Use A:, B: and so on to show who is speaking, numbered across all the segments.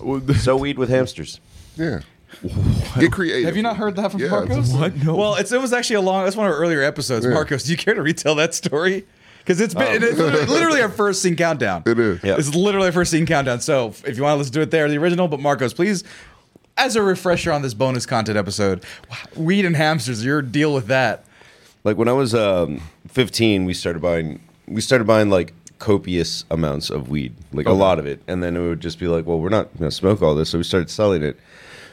A: Well, the-
B: Sow weed with hamsters.
C: Yeah. Get creative.
D: Have you not heard that from
C: Yeah, it's-
D: Marcos?
A: what? No.
E: Well, it's, it was actually a long. That's one of our earlier episodes. Marcos, do you care to retell that story? Because it's
A: Oh.
E: been it's literally, literally our first scene countdown.
C: It is.
B: Yeah.
E: It's literally our first scene countdown. So if you want to listen to it there, the original. But Marcos, please, as a refresher on this bonus content episode, weed and hamsters, your deal with that.
B: Like when I was um, 15, we started buying we started buying like copious amounts of weed, like a lot of it, and then it would just be like, well, we're not going to smoke all this, so we started selling it.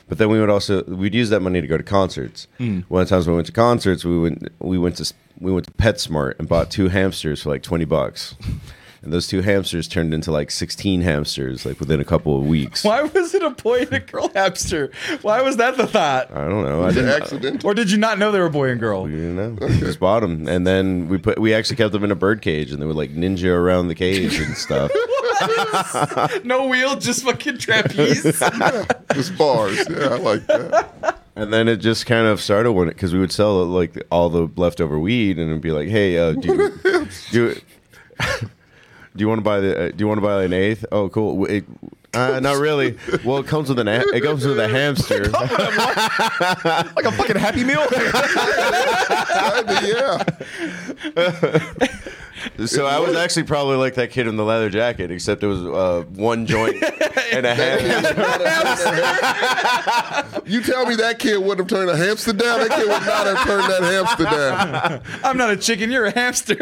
B: But then we would also we'd use that money to go to concerts. One of the times when we went to concerts, we went we went to we went to PetSmart and bought two hamsters for like 20 bucks. And those two hamsters turned into like 16 hamsters like within a couple of weeks.
E: Why was it a boy and a girl hamster? Why was that the thought?
B: I don't know. I
C: Is it
B: didn't,
C: accidental?
E: Or did you not know they were boy and girl?
B: We didn't know. We just bought them, and then we put we actually kept them in a bird cage, and they would like ninja around the cage and stuff.
E: no wheel, just fucking trapeze.
C: Just bars. Yeah, I like that.
B: and then it just kind of started when because we would sell like all the leftover weed, and it'd be like, hey, uh, do you, do you, do you want to buy the uh, do you want to buy an eighth? Oh, cool. W- It, uh, not really. Well, it comes with an a- it comes with a hamster.
A: like a fucking Happy Meal?
C: Kinda, yeah.
B: So I was actually probably like that kid in the leather jacket, except it was uh, one joint and a hamster.
C: You tell me that kid wouldn't have turned a hamster down. That kid would not have turned that hamster down.
E: I'm not a chicken, you're a hamster.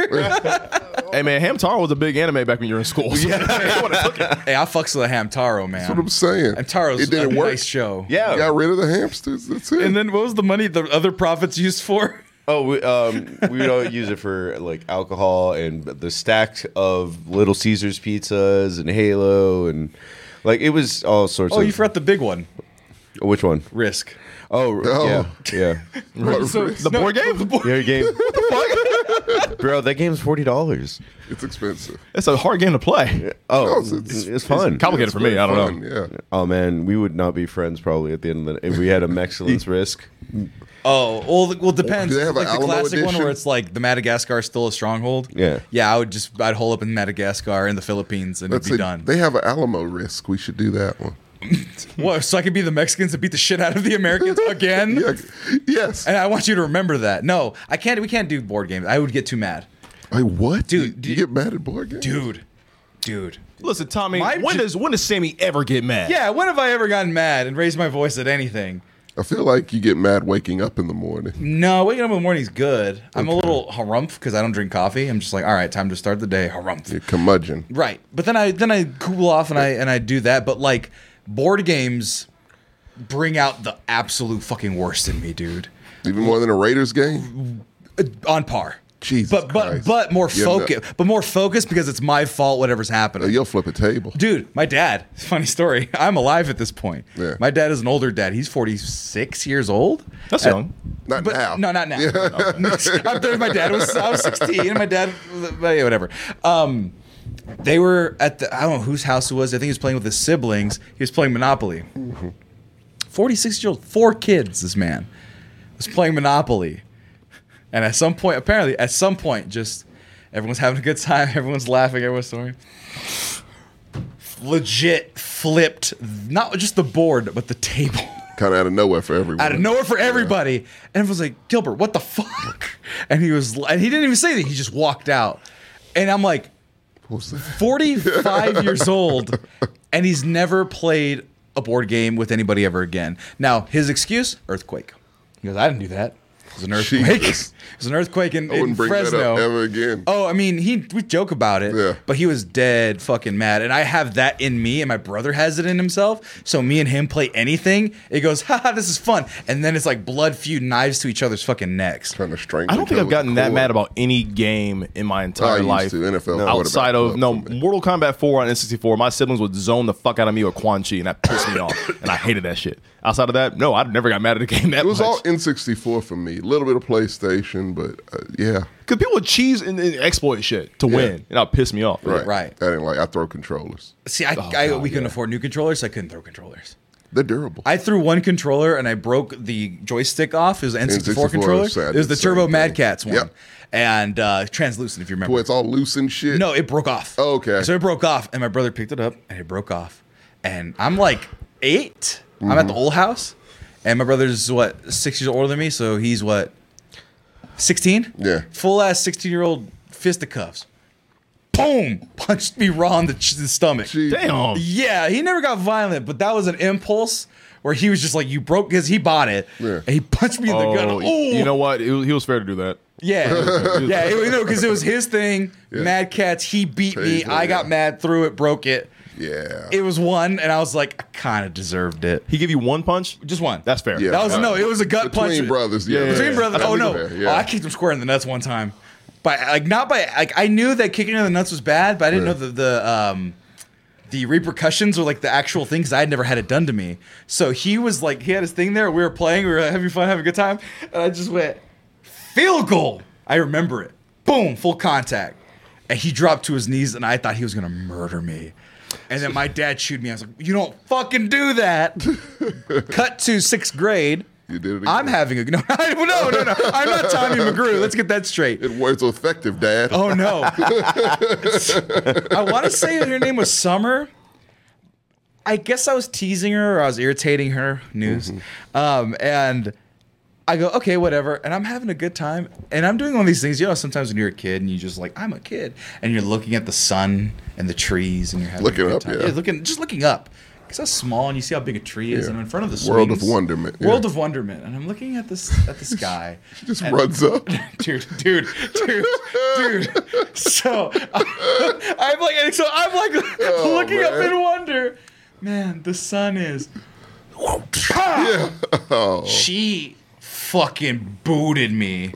A: hey man, Hamtaro was a big anime back when you were in school. So you wanna cook it.
E: hey, I fucks with a hamtaro, man.
C: That's what I'm saying.
E: Hamtaro's
C: it didn't
E: a
C: work.
E: nice show.
B: Yeah.
C: Got rid of the hamsters. That's it.
E: And then what was the money the other profits used for?
B: Oh, we, um, we would all use it for like alcohol and the stack of Little Caesars pizzas and Halo and like it was all sorts
E: Oh,
B: of.
E: you forgot the big one.
B: Which one?
E: Risk.
B: Oh,
C: Oh.
B: yeah, yeah.
C: But
A: The board game?
B: Yeah, your game. Bro, that game's forty dollars.
C: it's expensive.
A: That's a hard game to play.
B: Oh,
C: No,
B: it's,
C: it's-
B: it's,
C: it's-
B: fun.
A: Complicated for me. I don't
C: Fun,
A: know.
C: Yeah.
B: oh man, we would not be friends probably at the end of the if we had a excellence risk.
E: Oh, well, th- well, depends.
C: Do they have
E: like
C: an
E: the
C: Alamo
E: classic one
C: edition?
E: where it's like the Madagascar is still a stronghold.
B: Yeah.
E: Yeah, I would just I'd hole up in Madagascar and the Philippines and
C: Let's
E: it'd be
C: see.
E: done.
C: They have an Alamo risk. We should do that one.
E: what? So I could be the Mexicans and beat the shit out of the Americans again?
C: Yeah. Yes.
E: And I want you to remember that. No, I can't. We can't do board games. I would get too mad,
C: Like what,
E: Dude,
C: You-
E: do
C: You,
E: you-
C: get mad at board games,
E: dude. Dude.
A: Listen, Tommy,
E: My
A: when
E: ju-
A: does when does Sammy ever get mad?
E: Yeah. When have I ever gotten mad and raised my voice at anything?
C: I feel like you get mad waking up in the morning.
E: No, waking up in the morning's good. I'm a little harumph because I don't drink coffee. I'm just like, all right, time to start the day. Harumph.
C: You're curmudgeon.
E: Right. But then I then I cool off and I and I do that. But like board games bring out the absolute fucking worst in me, dude.
C: Even more than a Raiders game.
E: Uh, On par.
C: Jesus
E: But but
C: Christ.
E: but more
C: You're not-
E: focus. But more focused because it's my fault. Whatever's happening.
C: uh, You'll flip a table.
E: Dude, my dad, funny story. I'm alive at this point.
C: Yeah.
E: My dad is an older dad. He's 46 years old.
A: That's young.
C: Not
E: But
C: now.
E: no, not now. I'm there, my dad was I was 16 and my dad was- but yeah, whatever. Um they were at the I don't know whose house it was. I think he was playing with his siblings. He was playing Monopoly. 46 year old, four kids, this man was playing Monopoly. And at some point, apparently, at some point, just everyone's having a good time, everyone's laughing, everyone's snoring. Legit flipped not just the board, but the table
C: Kind of out of nowhere for everyone.
E: out of nowhere for everybody. And everyone's like, Gilbert, what the fuck? And he was, and he didn't even say anything. He just walked out. And I'm like,
C: What was that?
E: 45 years old, and he's never played a board game with anybody ever again. Now, his excuse, earthquake. He goes, I didn't do that. It was an earthquake.
C: Jesus.
E: it was an earthquake in,
C: I wouldn't
E: in
C: bring
E: Fresno.
C: that up ever again.
E: Oh, I mean, he we joke about it,
C: Yeah.
E: but he was dead fucking mad, and I have that in me, and my brother has it in himself. So me and him play anything, it goes, ha ha, this is fun, and then it's like blood feud, knives to each other's fucking necks.
C: Trying to strangle.
A: I don't
C: each
A: think
C: other
A: I've
C: with a
A: gotten that
C: cord.
A: mad about any game in my entire
C: used
A: life.
C: to. NFL quarterback
A: outside of
C: club
A: no
C: for me.
A: Mortal Kombat 4 on N64, my siblings would zone the fuck out of me or Quan Chi, and that pissed me off, and I hated that shit. Outside of that, no, I never got mad at a game that
C: It was
A: much.
C: all N64 for me. A little bit of PlayStation, but uh, yeah,
A: Because people would cheese and, and exploit shit to win, and that pissed me off.
C: right,
E: Right.
C: I didn't like. I throw controllers.
E: See, I, I we couldn't afford new controllers, so I couldn't throw controllers.
C: They're durable.
E: I threw one controller and I broke the joystick off. It was an N64,
C: N64
E: controller.
C: was sad,
E: It was the
C: the same
E: Turbo
C: thing.
E: Mad Cats one,
C: Yep.
E: and uh, translucent, if you remember.
C: Where it's all loose and shit.
E: No, it broke off.
C: Oh, okay.
E: So it broke off, and my brother picked it up, and it broke off. and I'm like 8 i I'm at
C: Mm-hmm.
E: the old house, and my brother's what six years older than me, so he's what sixteen.
C: Yeah.
E: full ass sixteen year old fisticuffs. Boom! Punched me raw in the, ch- the stomach.
A: Damn.
E: Yeah, he never got violent, but that was an impulse where he was just like, "You broke," because he bought it,
C: Yeah.
E: and he punched me in the
A: Oh,
E: gut. Ooh,
A: you know what? It was, he was fair to do that.
E: yeah, yeah, it, no, because it was his thing. Mad Cats, he beat me.
C: Crazy,
E: I got
C: yeah.
E: mad, threw it, broke it.
C: Yeah.
E: It was one, and I was like, I kind of deserved it.
A: He gave you one punch.
E: Just one.
A: That's fair.
C: Yeah.
E: That was no. It was a gut
C: Between
E: punch.
C: brothers, yeah.
E: Between
C: yeah.
E: brothers.
C: That's
E: Oh no.
C: fair,
E: Oh, I kicked him square in the nuts one time, but like not by like I knew that kicking in the nuts was bad, but I didn't know the the um the repercussions or like the actual things I had never had it done to me. So he was like he had his thing there. We were playing. We were having fun, having a good time, and I just went field goal. I remember it. Boom, full contact. And he dropped to his knees, and I thought he was gonna murder me. And then my dad chewed me. I was like, "You don't fucking do that." Cut to sixth grade.
C: You did it again.
E: I'm having a no, no, no, no. I'm not Tommy McGrew. Let's get that straight.
C: It was effective, Dad.
E: Oh no. I want to say that her name was Summer. I guess I was teasing her or I was irritating her. News.
C: Mm-hmm.
E: Um, and I go, okay, whatever. And I'm having a good time. And I'm doing one of these things. You know, sometimes when you're a kid and you just like, I'm a kid. And you're looking at the sun and the trees and you're having
C: Looking
E: a good
C: up,
E: time.
C: yeah.
E: looking, just looking up. Because that's small and you see how big a tree is.
C: Yeah.
E: And I'm in front of the
C: World of
E: swings.
C: wonderment, yeah.
E: World of wonderment. And I'm looking at this at the sky.
C: Just
E: and-
C: runs up.
E: dude, dude, dude, dude. So I'm like, and so I'm like
C: Oh,
E: looking up
C: man.
E: in wonder. Man, the sun is.
C: Oh.
E: She fucking booted me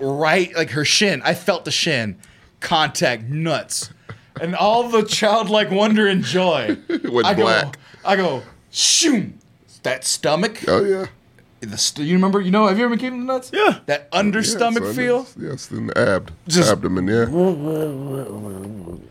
E: right, like her shin. I felt the shin contact nuts, and all the childlike wonder and joy.
C: went
E: I
C: black.
E: go, I go, shoom. That stomach,
C: Oh yeah.
E: the st- you remember, you know, have you ever kicked in the nuts?
A: Yeah.
E: That under
C: Yeah,
E: stomach
C: son,
E: feel.
C: it's- Yes, in the ab,
E: Just-
C: abdomen. Yeah.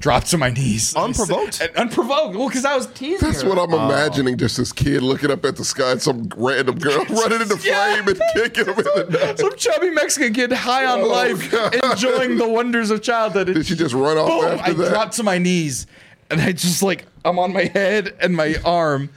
E: dropped to my knees.
A: Unprovoked?
E: And unprovoked. Well, because I was teasing
C: That's
E: her.
C: what I'm imagining. Just this kid looking up at the sky, and some random girl running into
E: Yeah.
C: flame and kicking him in the nuts.
E: Some chubby Mexican kid high on
C: Oh,
E: life,
C: God.
E: enjoying the wonders of childhood. And
C: Did she just run off
E: boom,
C: after
E: I
C: that?
E: dropped to my knees, and I just like I'm on my head and my arm.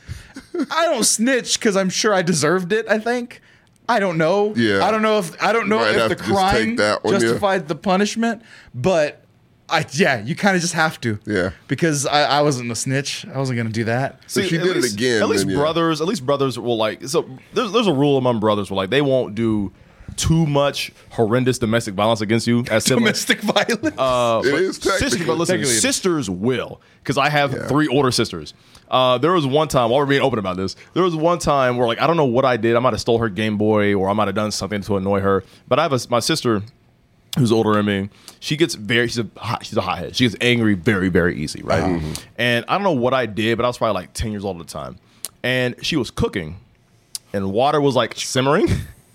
E: I don't snitch because I'm sure I deserved it. I think. I don't know.
C: Yeah.
E: I don't know if I don't know
C: Might
E: if
C: have
E: the
C: to just take
E: crime
C: that one, yeah.
E: justified the punishment, but I yeah, you kind of just have to.
C: Yeah.
E: Because I, I wasn't a snitch. I wasn't gonna do that.
C: If she
A: at
C: did it
A: least,
C: again,
A: At least
C: then yeah.
A: brothers, at least brothers will like. So there's there's a rule among brothers where like they won't do too much horrendous domestic violence against you as siblings.
E: Domestic violence.
A: Uh,
C: It
A: but
C: is
A: sisters, but
C: technically-
A: listen,
E: Technically it is.
A: sisters will because I have
C: Yeah.
A: three older sisters. Uh, there was one time while we're being open about this. There was one time where like I don't know what I did. I might have stole her Game Boy or I might have done something to annoy her. But I have a, my sister who's older than me. She gets very she's a hot, she's a hothead. She gets angry very very easy, right?
C: Uh-huh.
A: And I don't know what I did, but I was probably like ten years old at the time, and she was cooking, and water was like simmering.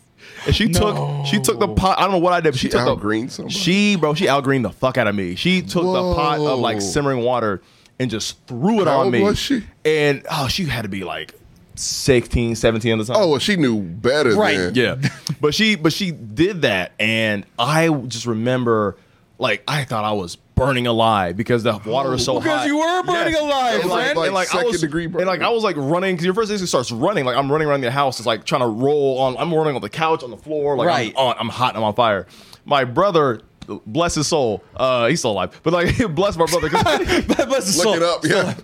A: And she took she took the pot. I don't know what I did. But she,
C: She
A: took the
C: outgreened somebody?
A: She bro, she outgreened the fuck out of me. She took the pot of like
C: Whoa.
A: simmering water and just threw it
C: How
A: on
C: old
A: me.
C: was she?
A: And oh, she had to be like 16, 17 at the time.
C: Oh, well, she knew better.
E: Right,
C: Then.
A: Yeah. but she but she did that and I just remember like I thought I was burning alive because the water is so hot.
E: Because you were burning alive,
A: And like,
E: friend.
C: Like
A: and like I was,
C: second-degree burn.
A: and like I was like running because your first instinct starts running. Like I'm running around the house, it's like trying to roll on. I'm running on the couch, on the floor, like
E: Right.
A: I'm on. I'm hot. I'm on fire. My brother, bless his soul, uh, he's still alive, but like bless my brother. 'cause-
E: Bless
C: Look
E: his soul.
C: it up. Yeah.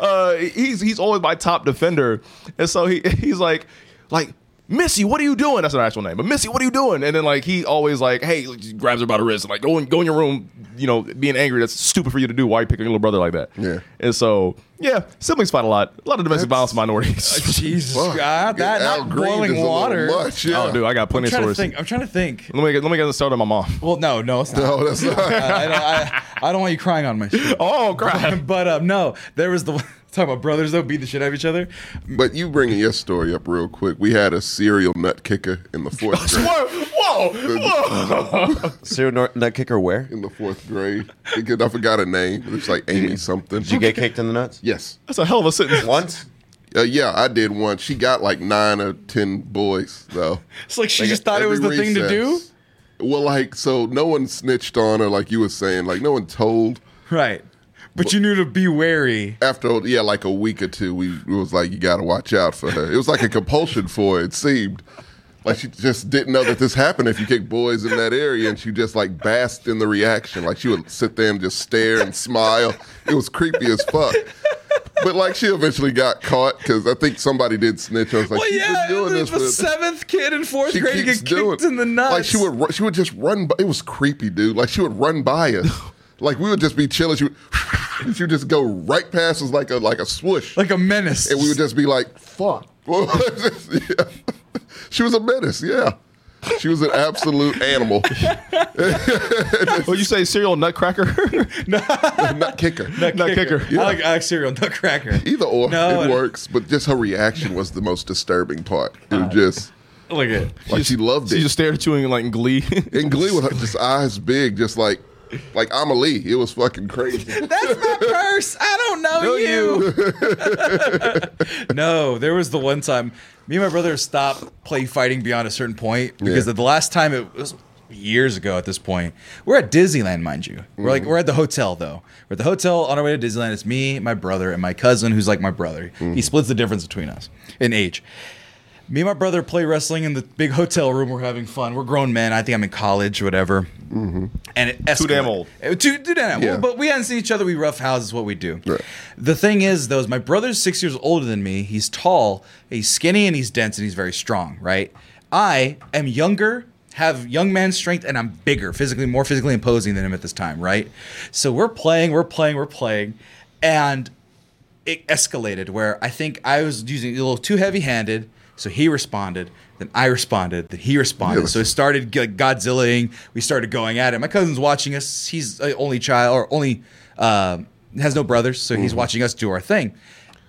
A: uh, he's he's always my top defender, and so he he's like like Missy, what are you doing? That's an actual name, but Missy, what are you doing? And then like he always like hey just grabs her by the wrist and like go in go in your room, you know, being angry. That's stupid for you to do. Why are you picking your little brother like that?
C: Yeah.
A: and so yeah, siblings fight a lot. A lot of domestic violence minorities.
E: Jesus,
C: Fuck.
E: God, that not
C: Outgreened
E: boiling
C: is a little
E: water.
C: Much, yeah.
A: Oh, dude, I got
E: I'm
A: plenty of
E: trying to
A: stories.
E: think. I'm trying to think.
A: Let me get, let me get started on my mom.
E: Well, no, no, it's not.
C: No, that's not.
E: I, don't, I, I don't want you crying on my shit.
A: Oh crap!
E: But um, no, there was the talking about brothers though beat the shit out of each other.
C: But you bringing your story up real quick. We had a serial nut kicker in the fourth grade.
A: whoa, whoa, whoa.
B: Serial nut- nut kicker where?
C: In the fourth grade, Because I forgot her name. It's like Amy something.
B: Did you get kicked in the nuts?
C: Yes.
A: That's a hell of a sentence.
B: Once?
C: Uh, yeah, I did one. She got like nine or ten boys though.
E: It's like she just thought it was the
C: Every
E: thing to do.
C: recess. Well, like so, no one snitched on her, like you were saying. Like no one told.
E: Right. But you knew to be wary.
C: After yeah, like a week or two, we it was like you got to watch out for her. It was like a compulsion for her. It seemed like she just didn't know that this happened if you kicked boys in that area, and she just like basked in the reaction. Like she would sit there and just stare and smile. It was creepy as fuck. But like she eventually got caught because I think somebody did snitch. I was like,
E: Well,
C: she's
E: yeah,
C: been doing
E: the,
C: this
E: the
C: for
E: seventh kid in fourth
C: she
E: grade to
C: keeps
E: get kicked in the nuts.
C: Like she would, ru- she would just run. By, it was creepy, dude. Like she would run by us. like we would just be chilling. She would, and she would just go right past us like a like a swoosh,
E: like a menace.
C: and we would just be like, "Fuck." Yeah. She was a menace. Yeah, she was an absolute animal.
A: Oh, you say serial nutcracker?
C: Not kicker.
A: Nut kicker.
E: I like, I like cereal nutcracker.
C: Either or,
E: No,
C: it
E: no.
C: works. But just her reaction was the most disturbing part. It
E: Uh,
C: was just
E: Look at
C: like she loved
A: She
C: it.
A: just stared at you in like glee.
C: and Glee with her just eyes big, just like like Amelie. It was fucking crazy.
E: that's my purse. I don't know you. no, there was the one time me and my brother stopped play fighting beyond a certain point because
C: Yeah.
E: the last time it was years ago at this point. We're at Disneyland, mind you. We're
A: Mm-hmm.
E: like we're at the hotel though. We're at the hotel on our way to Disneyland. It's me, my brother, and my cousin who's like my brother.
A: Mm-hmm.
E: He splits the difference between us in age. Me and my brother play wrestling in the big hotel room. We're having fun. We're grown men. I think I'm in college, whatever. And it
A: Mm-hmm. Too damn
E: escalated.
A: old.
E: Uh, Too, too damn old.
C: Yeah.
E: But we hadn't seen each other. We rough houses. What we do.
C: Right.
E: The thing is, though, is my brother's six years older than me. He's tall. He's skinny and he's dense and he's very strong. Right. I am younger. Have young man strength and I'm bigger, physically more physically imposing than him at this time, right? So we're playing, we're playing, we're playing, and it escalated where I think I was using a little too heavy handed. So he responded, then I responded, then he responded. So it started like Godzillaing. We started going at it. My cousin's watching us. He's a only child or only uh, has no brothers, so he's watching us do our thing.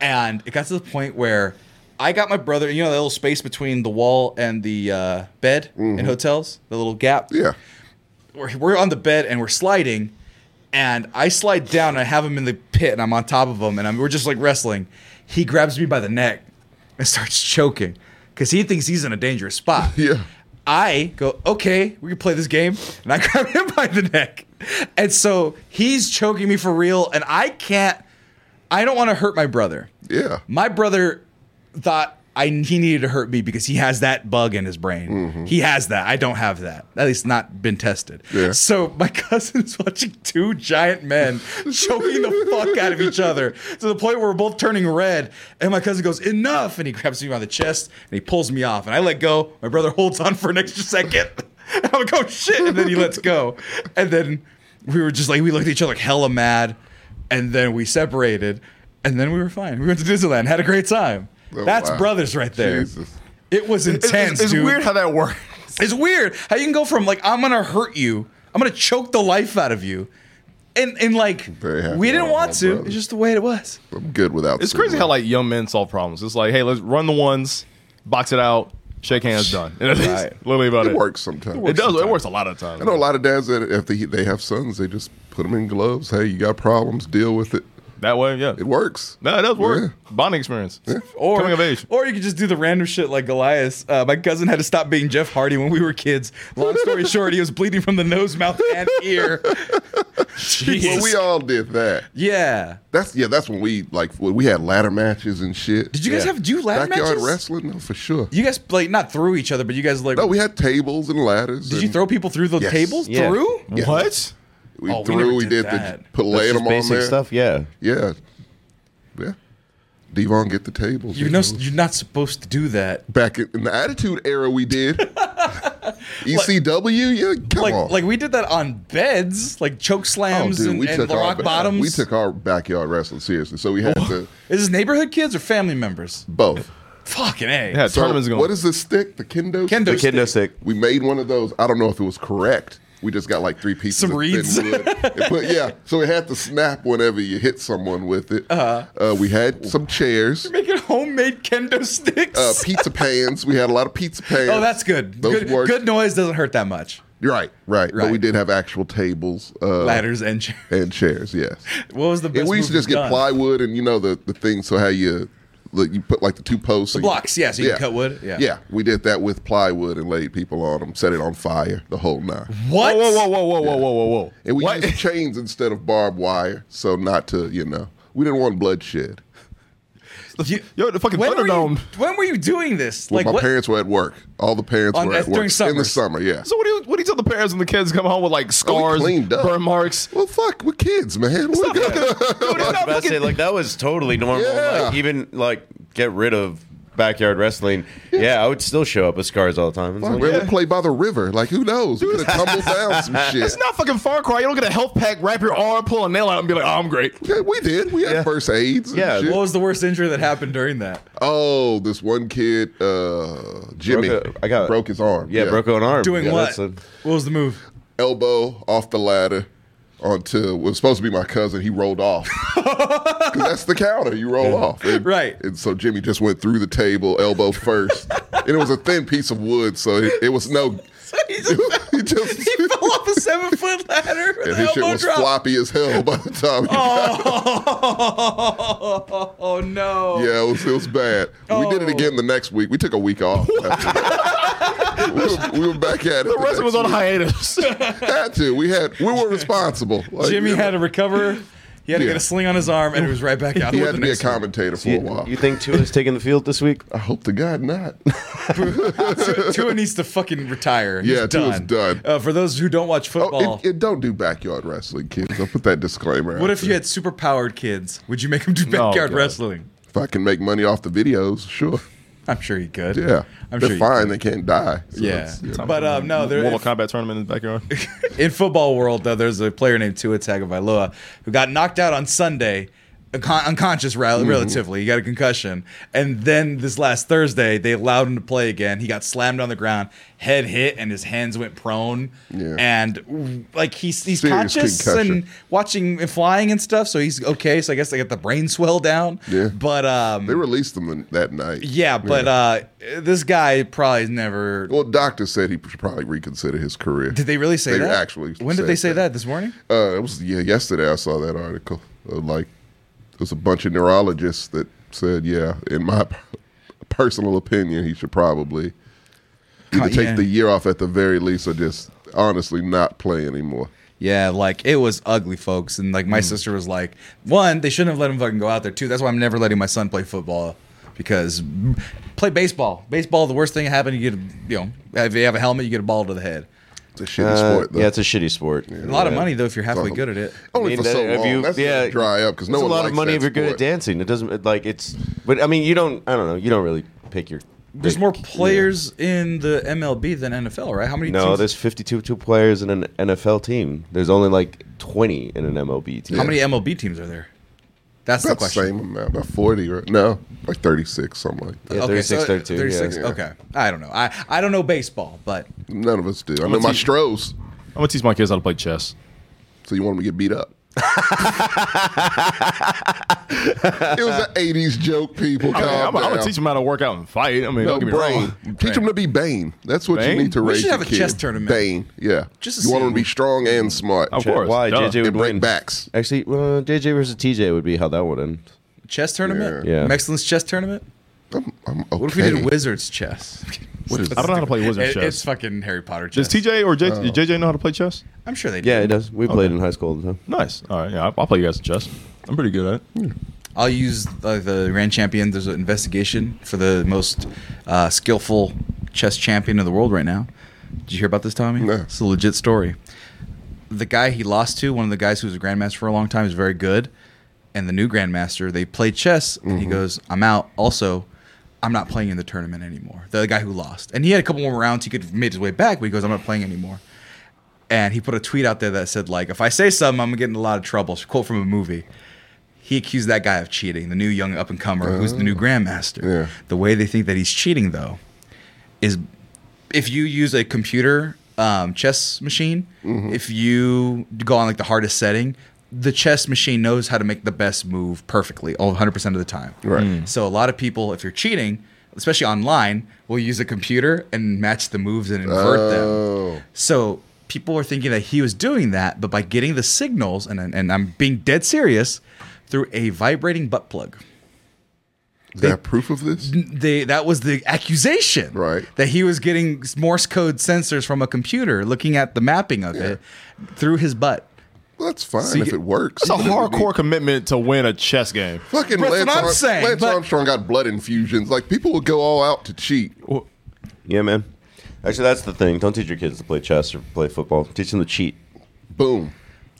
E: And it got to the point where I got my brother. You know, the little space between the wall and the uh, bed in hotels, the little gap
C: Yeah.
E: we're, we're on the bed and we're sliding and i slide down and i have him in the pit and i'm on top of him and I'm, we're just like wrestling he grabs me by the neck and starts choking because he thinks he's in a dangerous spot
C: Yeah.
E: i go okay we can play this game and i grab him by the neck and so he's choking me for real and i can't i don't want to hurt my brother
C: Yeah.
E: my brother thought I he needed to hurt me because he has that bug in his brain.
C: Mm-hmm.
E: He has that. I don't have that. At least not been tested.
C: Yeah.
E: So my cousin's watching two giant men choking the fuck out of each other to the point where we're both turning red. And my cousin goes, "Enough!" And he grabs me by the chest and he pulls me off. And I let go. My brother holds on for an extra second. And I'm like, "Oh shit!" And then he lets go. And then we were just like, we looked at each other like hella mad. And then we separated. And then we were fine. We went to Disneyland, had a great time.
C: Oh,
E: That's
C: wow.
E: brothers right there.
C: Jesus.
E: It was
A: It's-
E: intense,
A: it's, it's
E: dude.
A: weird how that works.
E: It's weird how you can go from like I'm gonna hurt you, I'm gonna choke the life out of you, and and like
C: Very happy
E: we didn't
C: about
E: want
C: my
E: to.
C: brother.
E: It's just the way it was.
C: I'm good without.
A: It's crazy how like young men solve problems. It's like, hey, let's run the ones, box it out, shake hands, done. And that's
E: Right.
A: literally about it.
C: it works sometimes.
A: It does. It works a lot of times.
C: I know a lot of dads that if they they have sons, they just put them in gloves. Hey, you got problems, deal with it.
A: That way, yeah.
C: It works.
A: No, it does work. Bonding experience.
E: Or
A: Coming of age.
E: or you could just do the random shit like Goliath. Uh, my cousin had to stop being Jeff Hardy when we were kids. Long story short, he was bleeding from the nose, mouth, and ear.
C: Well, we all did that.
E: yeah.
C: That's yeah. That's when we like when we had ladder matches and shit.
E: Did you guys
B: Yeah.
E: have do you ladder
C: backyard
E: matches?
C: wrestling? No, for sure.
E: You guys like not through each other, but you guys like
C: No, we had tables and ladders.
E: did you
C: and
E: throw people through the
C: Yes.
E: tables
B: Yeah.
E: through?
C: Yeah.
A: What?
C: We
E: Oh, we
C: threw.
E: never
C: We
E: did
C: did, the
E: that.
C: put laying them on
B: basic
C: there.
B: stuff. Yeah,
C: Yeah, yeah. Devon, get the tables.
E: You know you're not supposed to do that.
C: back in, in the Attitude Era, we did. ECW, yeah, come
E: like
C: on.
E: like we did that on beds, like choke
C: Oh,
E: slams
C: dude,
E: and, and rock
C: ba-
E: bottoms.
C: We took our backyard wrestling seriously, so we had to
E: Is this neighborhood kids or family members?
C: both.
E: Fucking a.
A: Yeah,
C: So,
A: tournament's going.
C: What is the stick? The kendo.
E: Kendo
C: stick?
B: the kid no sick.
C: We made one of those. I don't know if it was correct. We just got like three pieces
E: Some
C: of
E: reeds.
C: thin wood. And put- yeah, so it had to snap whenever you hit someone with it. Uh-huh. we had some chairs,
E: Making homemade kendo sticks.
C: uh, pizza pans. We had a lot of pizza pans.
E: oh, that's good.
C: Those
E: Good,
C: worked.
E: good noise doesn't hurt that much.
C: Right, right, But we
E: Right.
C: did have actual tables, uh,
E: Ladders and chairs.
C: and chairs. Yes.
E: What was the best?
C: And we used to
E: move
C: just get
E: done?
C: plywood and you know the the thing. So how you Like you put like the two posts, the
E: blocks, yeah, so you can cut wood, yeah.
C: yeah, we did that with plywood and laid people on them, set it on fire, the whole nine.
E: What?
A: Whoa, whoa, whoa, whoa, whoa, whoa, whoa, whoa.
C: And we
A: What?
C: used chains instead of barbed wire, so not to, you know, we didn't want bloodshed.
E: You-
A: Yo, the fucking
E: when were, you,
A: Thunderdome.
E: when were you doing this?
C: Well,
E: Like
C: my
E: what?
C: parents were at work. All the parents
E: On-
C: were at
E: uh, during
C: work in the
E: summers.
C: summer. Yeah.
A: So what do you what do you tell the parents when the kids come home with like scars,
C: cleaned up.
A: burn marks?
C: well, fuck, we're kids, man. We're good.
A: Dude, it's not
B: But I say,
A: fucking-
B: like that was totally normal.
C: Yeah.
B: Like even like get rid of backyard wrestling. Yeah, I would still show up with scars all the time. It's
C: Fuck,
B: like,
C: man,
A: Yeah.
C: we play by the river. Like, who knows? We could have tumbled down some shit.
A: It's not fucking Far Cry. You don't get a health pack, wrap your arm, pull a nail out, and be like, "Oh, I'm great."
C: Yeah, we did. We had
B: Yeah.
C: first aids. and
B: Yeah,
C: shit.
E: What was the worst injury that happened during that?
C: Oh, this one kid, uh, Jimmy,
B: Broke a- I got-
C: broke his arm.
B: yeah, broke an arm.
E: Doing
B: Yeah,
E: what?
B: that's a-
E: what was the move?
C: elbow off the ladder onto was supposed to be my cousin. He rolled off. 'Cause that's the counter. You roll off. And-
E: Right.
C: And so Jimmy just went through the table, elbow first, and it was a thin piece of wood, so it, it was no.
E: he, just,
C: He just
E: he fell off a seven foot ladder with
C: and
E: an
C: his shit
E: elbow
C: was
E: drop.
C: floppy as hell by the time. He got,
E: Oh, no!
C: yeah, it was, it was bad. We did it
E: Oh.
C: again the next week. We took a week off. after that. we, were, we were back at it.
A: The rest of it was on hiatus.
C: Had to. We had. We were responsible. Like,
E: Jimmy
C: you know,
E: had to recover. He had to
C: Yeah.
E: get a sling on his arm, and he was right back out.
C: He
E: there
C: had to
E: the
C: be a
E: next week.
C: commentator for a
B: You,
C: while.
B: you think Tua's taking the field this week?
C: I hope to God not. Oh,
E: Tua needs to fucking retire. He's
C: Yeah, Tua's done.
E: Uh, for those who don't watch football,
C: Oh, it, it don't do backyard wrestling, kids. I'll put that disclaimer. out
E: what if you
C: there.
E: had super powered kids? Would you make them do
A: No,
E: backyard
A: God.
E: wrestling?
C: If I can make money off the videos, sure.
E: I'm sure he could.
C: Yeah,
E: I'm
C: they're
E: sure. he
C: fine. They can't die. So
E: Yeah,
C: it's, you know.
E: but um, no, there,
A: Mortal Kombat tournament in the backyard.
E: in football world though, there's a player named Tua Tagovailoa who got knocked out on Sunday, uncon- unconscious rel-
C: Mm-hmm.
E: relatively. He got a concussion, and then this last Thursday they allowed him to play again. He got slammed on the ground, head hit, and his hands went prone.
C: Yeah.
E: And like he's he's
C: Serious
E: conscious
C: concussion.
E: and watching and flying and stuff, so he's okay. So I guess they got the brain swell down.
C: Yeah.
E: but um.
C: they released them in- that night.
E: yeah, but uh this guy probably never.
C: Well, doctor said he should probably reconsider his career.
E: Did they really say
C: They
E: that?
C: actually
E: when did they say
C: said
E: that?
C: that.
E: This morning?
C: Uh, it was yeah. Yesterday, I saw that article. Uh, like, it was a bunch of neurologists that said, yeah. In my p- personal opinion, he should probably either
E: Cut-
C: take
E: yeah.
C: the year off at the very least, or just honestly not play anymore.
E: Yeah, like it was ugly, folks. And like
B: Hmm.
E: my sister was like, one, they shouldn't have let him fucking go out there. Two, that's why I'm never letting my son play football because play baseball. Baseball, the worst thing that happened, you get, a, you know, if you have a helmet, you get a ball to the head.
C: It's a shitty
B: Uh,
C: sport, though.
B: yeah, it's a shitty sport.
E: A lot of money though if you're halfway
C: So-
E: good at it.
C: Only
B: I mean,
C: for so
B: that- if
C: long.
B: you-
C: That's
B: yeah,
C: yeah, dry up because no
B: it's
C: one
B: a lot
C: likes
B: of money
C: that
B: if you're good at
C: sport.
B: dancing. It doesn't it, like it's. But I mean, you don't. I don't know. You don't really pick your.
E: There's
B: pick-
E: more players in the MLB than NFL, right? How many?
B: No,
E: teams-
B: there's 52 two players in an NFL team. There's only like 20 in an MLB team.
E: how many MLB teams are there? That's the
C: About the
E: question.
C: same amount, about forty or no, like thirty six, something like that.
B: Yeah, 36,
E: so-
B: 32, yeah.
E: 36,
B: Yeah.
E: Okay, I don't know. I, I don't know baseball, but
C: None of us do. I know my
A: teach-
C: Strohs,
A: I'm gonna teach my kids how to play chess.
C: Oh, so you want them to get beat up. it was an eighties joke, people.
A: I mean, I'm,
C: Calm
A: I'm gonna
C: down.
A: teach them how to work out and fight. I mean,
C: No,
A: don't get me
C: Bane.
A: wrong.
C: Teach them to be Bane. That's what
A: Bane?
C: you need to
A: We
C: raise.
E: should
C: your
E: have a
C: kid.
E: chess tournament.
C: Bane. Yeah.
E: Just to
C: you want
E: see.
C: them to be strong and smart.
A: Of
B: Ch-
A: course,
B: Why
A: duh.
B: JJ
C: And
B: would
C: break
B: win?
C: backs.
B: Actually, well, JJ versus TJ would be how that would end.
E: chess tournament,
B: Yeah. Yeah.
E: Mexican's chess tournament.
C: I'm, I'm okay.
E: What if we did Wizards chess?
C: What is
A: I don't know how to play wizard
E: It- It's
A: chess.
E: fucking Harry Potter chess.
A: Does TJ or
C: Oh.
A: J- JJ know how to play chess?
E: I'm sure they do.
B: Yeah, it does. We played in high school all the time.
A: Nice. All right, yeah, I'll- I'll play you guys in chess. I'm pretty good at it.
E: I'll use uh, the Grand Champion. There's an investigation for the most uh, skillful chess champion in the world right now. Did you hear about this, Tommy?
C: No.
E: It's a legit story. The guy he lost to, one of the guys who was a grandmaster for a long time, is very good. And the new grandmaster, they played chess, and he goes, "I'm out." Also, I'm not playing in the tournament anymore. The guy who lost, and he had a couple more rounds. He could have made his way back, but he goes, "I'm not playing anymore." and he put a tweet out there that said like if i say something i'm gonna get in a lot of trouble It's a quote from a movie he accused that guy of cheating the new young up and comer who's the new grandmaster
C: Oh. Yeah.
E: the way they think that he's cheating though is if you use a computer um, chess machine
C: Mm-hmm.
E: if you go on like the hardest setting the chess machine knows how to make the best move perfectly oh, all 100% of the time
C: Right.
E: so a lot of people if you're cheating especially online will use a computer and match the moves and invert them
C: Oh.
E: so people were thinking that he was doing that, but by getting the signals, and and I'm being dead serious, through a vibrating butt plug.
C: Is that proof of this?
E: they that was the accusation
C: Right.
E: that he was getting morse code sensors from a computer looking at the mapping of it through his butt
C: Well, that's fine
E: See,
C: if it works.
A: It's a
C: You know, we
A: hardcore commitment to win a chess game.
C: need- Fucking
E: That's
C: Lance,
E: what I'm
C: Arm-
E: saying,
C: Lance
E: but-
C: Armstrong got blood infusions. Like people would go all out to cheat.
B: Yeah, man. Actually, that's the thing. Don't teach your kids to play chess or play football. Teach them to cheat.
C: Boom,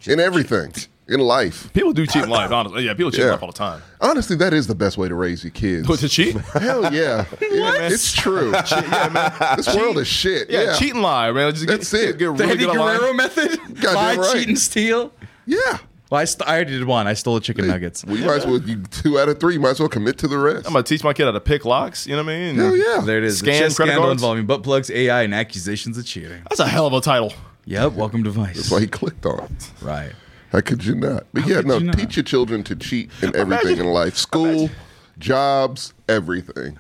C: in everything, in life.
A: People do cheat in life, honestly. Yeah, people cheat in
C: Yeah.
A: life all the time.
C: Honestly, that is the best way to raise your kids.
A: But to cheat?
C: Hell yeah, It- it's true. This world is shit.
A: Yeah,
C: Yeah,
A: cheat and lie, man. Just
C: That's
A: get,
C: it.
A: Get
E: the
A: really
E: Eddie
A: good at lying.
E: guerrero method
C: Goddamn
E: lie
C: right.
E: cheat and steal
C: Yeah.
E: well I, st- I already did one i stole a chicken nuggets
C: We might as well. You two out of three. Might as well commit to the rest.
A: I'm gonna teach my kid how to pick locks. You know what I mean?
C: Hell yeah.
E: there it is
A: Scan
E: the chess
A: credit
E: scandal
A: cards?
E: involving butt plugs ai and accusations of cheating
A: That's a hell of a title.
E: yep welcome to vice
C: That's why he clicked on. it.
E: right
C: How could you not? But yeah,
E: could
C: no.
E: you not?
C: Teach your children to cheat in everything in life: school, jobs, everything.
A: Mar-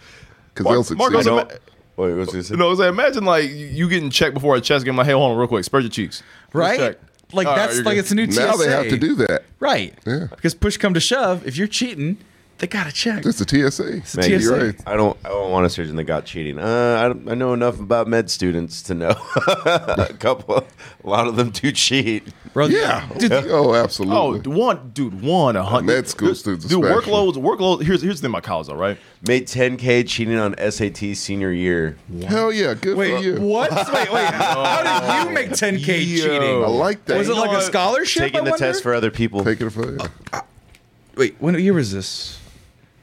C: Because they'll
A: Marco's
C: succeed.
A: a ma-
B: Don't. Wait, what's he say?
A: You know, so imagine like you getting checked before a chess game. Like, hey, hold on, real quick, spread your cheeks.
E: right
A: Let's check.
E: like
A: All right,
E: that's
A: you're
E: like
A: good.
E: it's a new
C: now
E: TSA.
C: they have to do that.
E: right
C: Yeah.
E: because push come to shove if you're cheating they gotta check
C: It's the TSA.
E: the TSA.
C: You're right.
B: I don't. I don't want a surgeon that got cheating. Uh, I, don't- I know enough about med students to know a couple. A lot of them do cheat.
E: bro
C: Yeah.
E: dude,
C: oh,
A: Oh,
C: absolutely.
A: one dude, one a hundred.
C: Med school
A: Dude,
C: students
A: Dude,
C: especially.
A: workloads, workloads. Here's here's the thing about college, though, right?
B: Made 10k cheating on SAT senior year.
C: Hell yeah. Good for
E: Wait,
C: you.
E: what? Wait, wait. How did you make 10k
C: I
E: cheating?
C: like that.
E: Was it
A: You know
E: like a
A: what?
E: scholarship? I
B: Taking the
E: wonder?
B: test for other people.
C: Take it for you.
E: Wait, when year was this?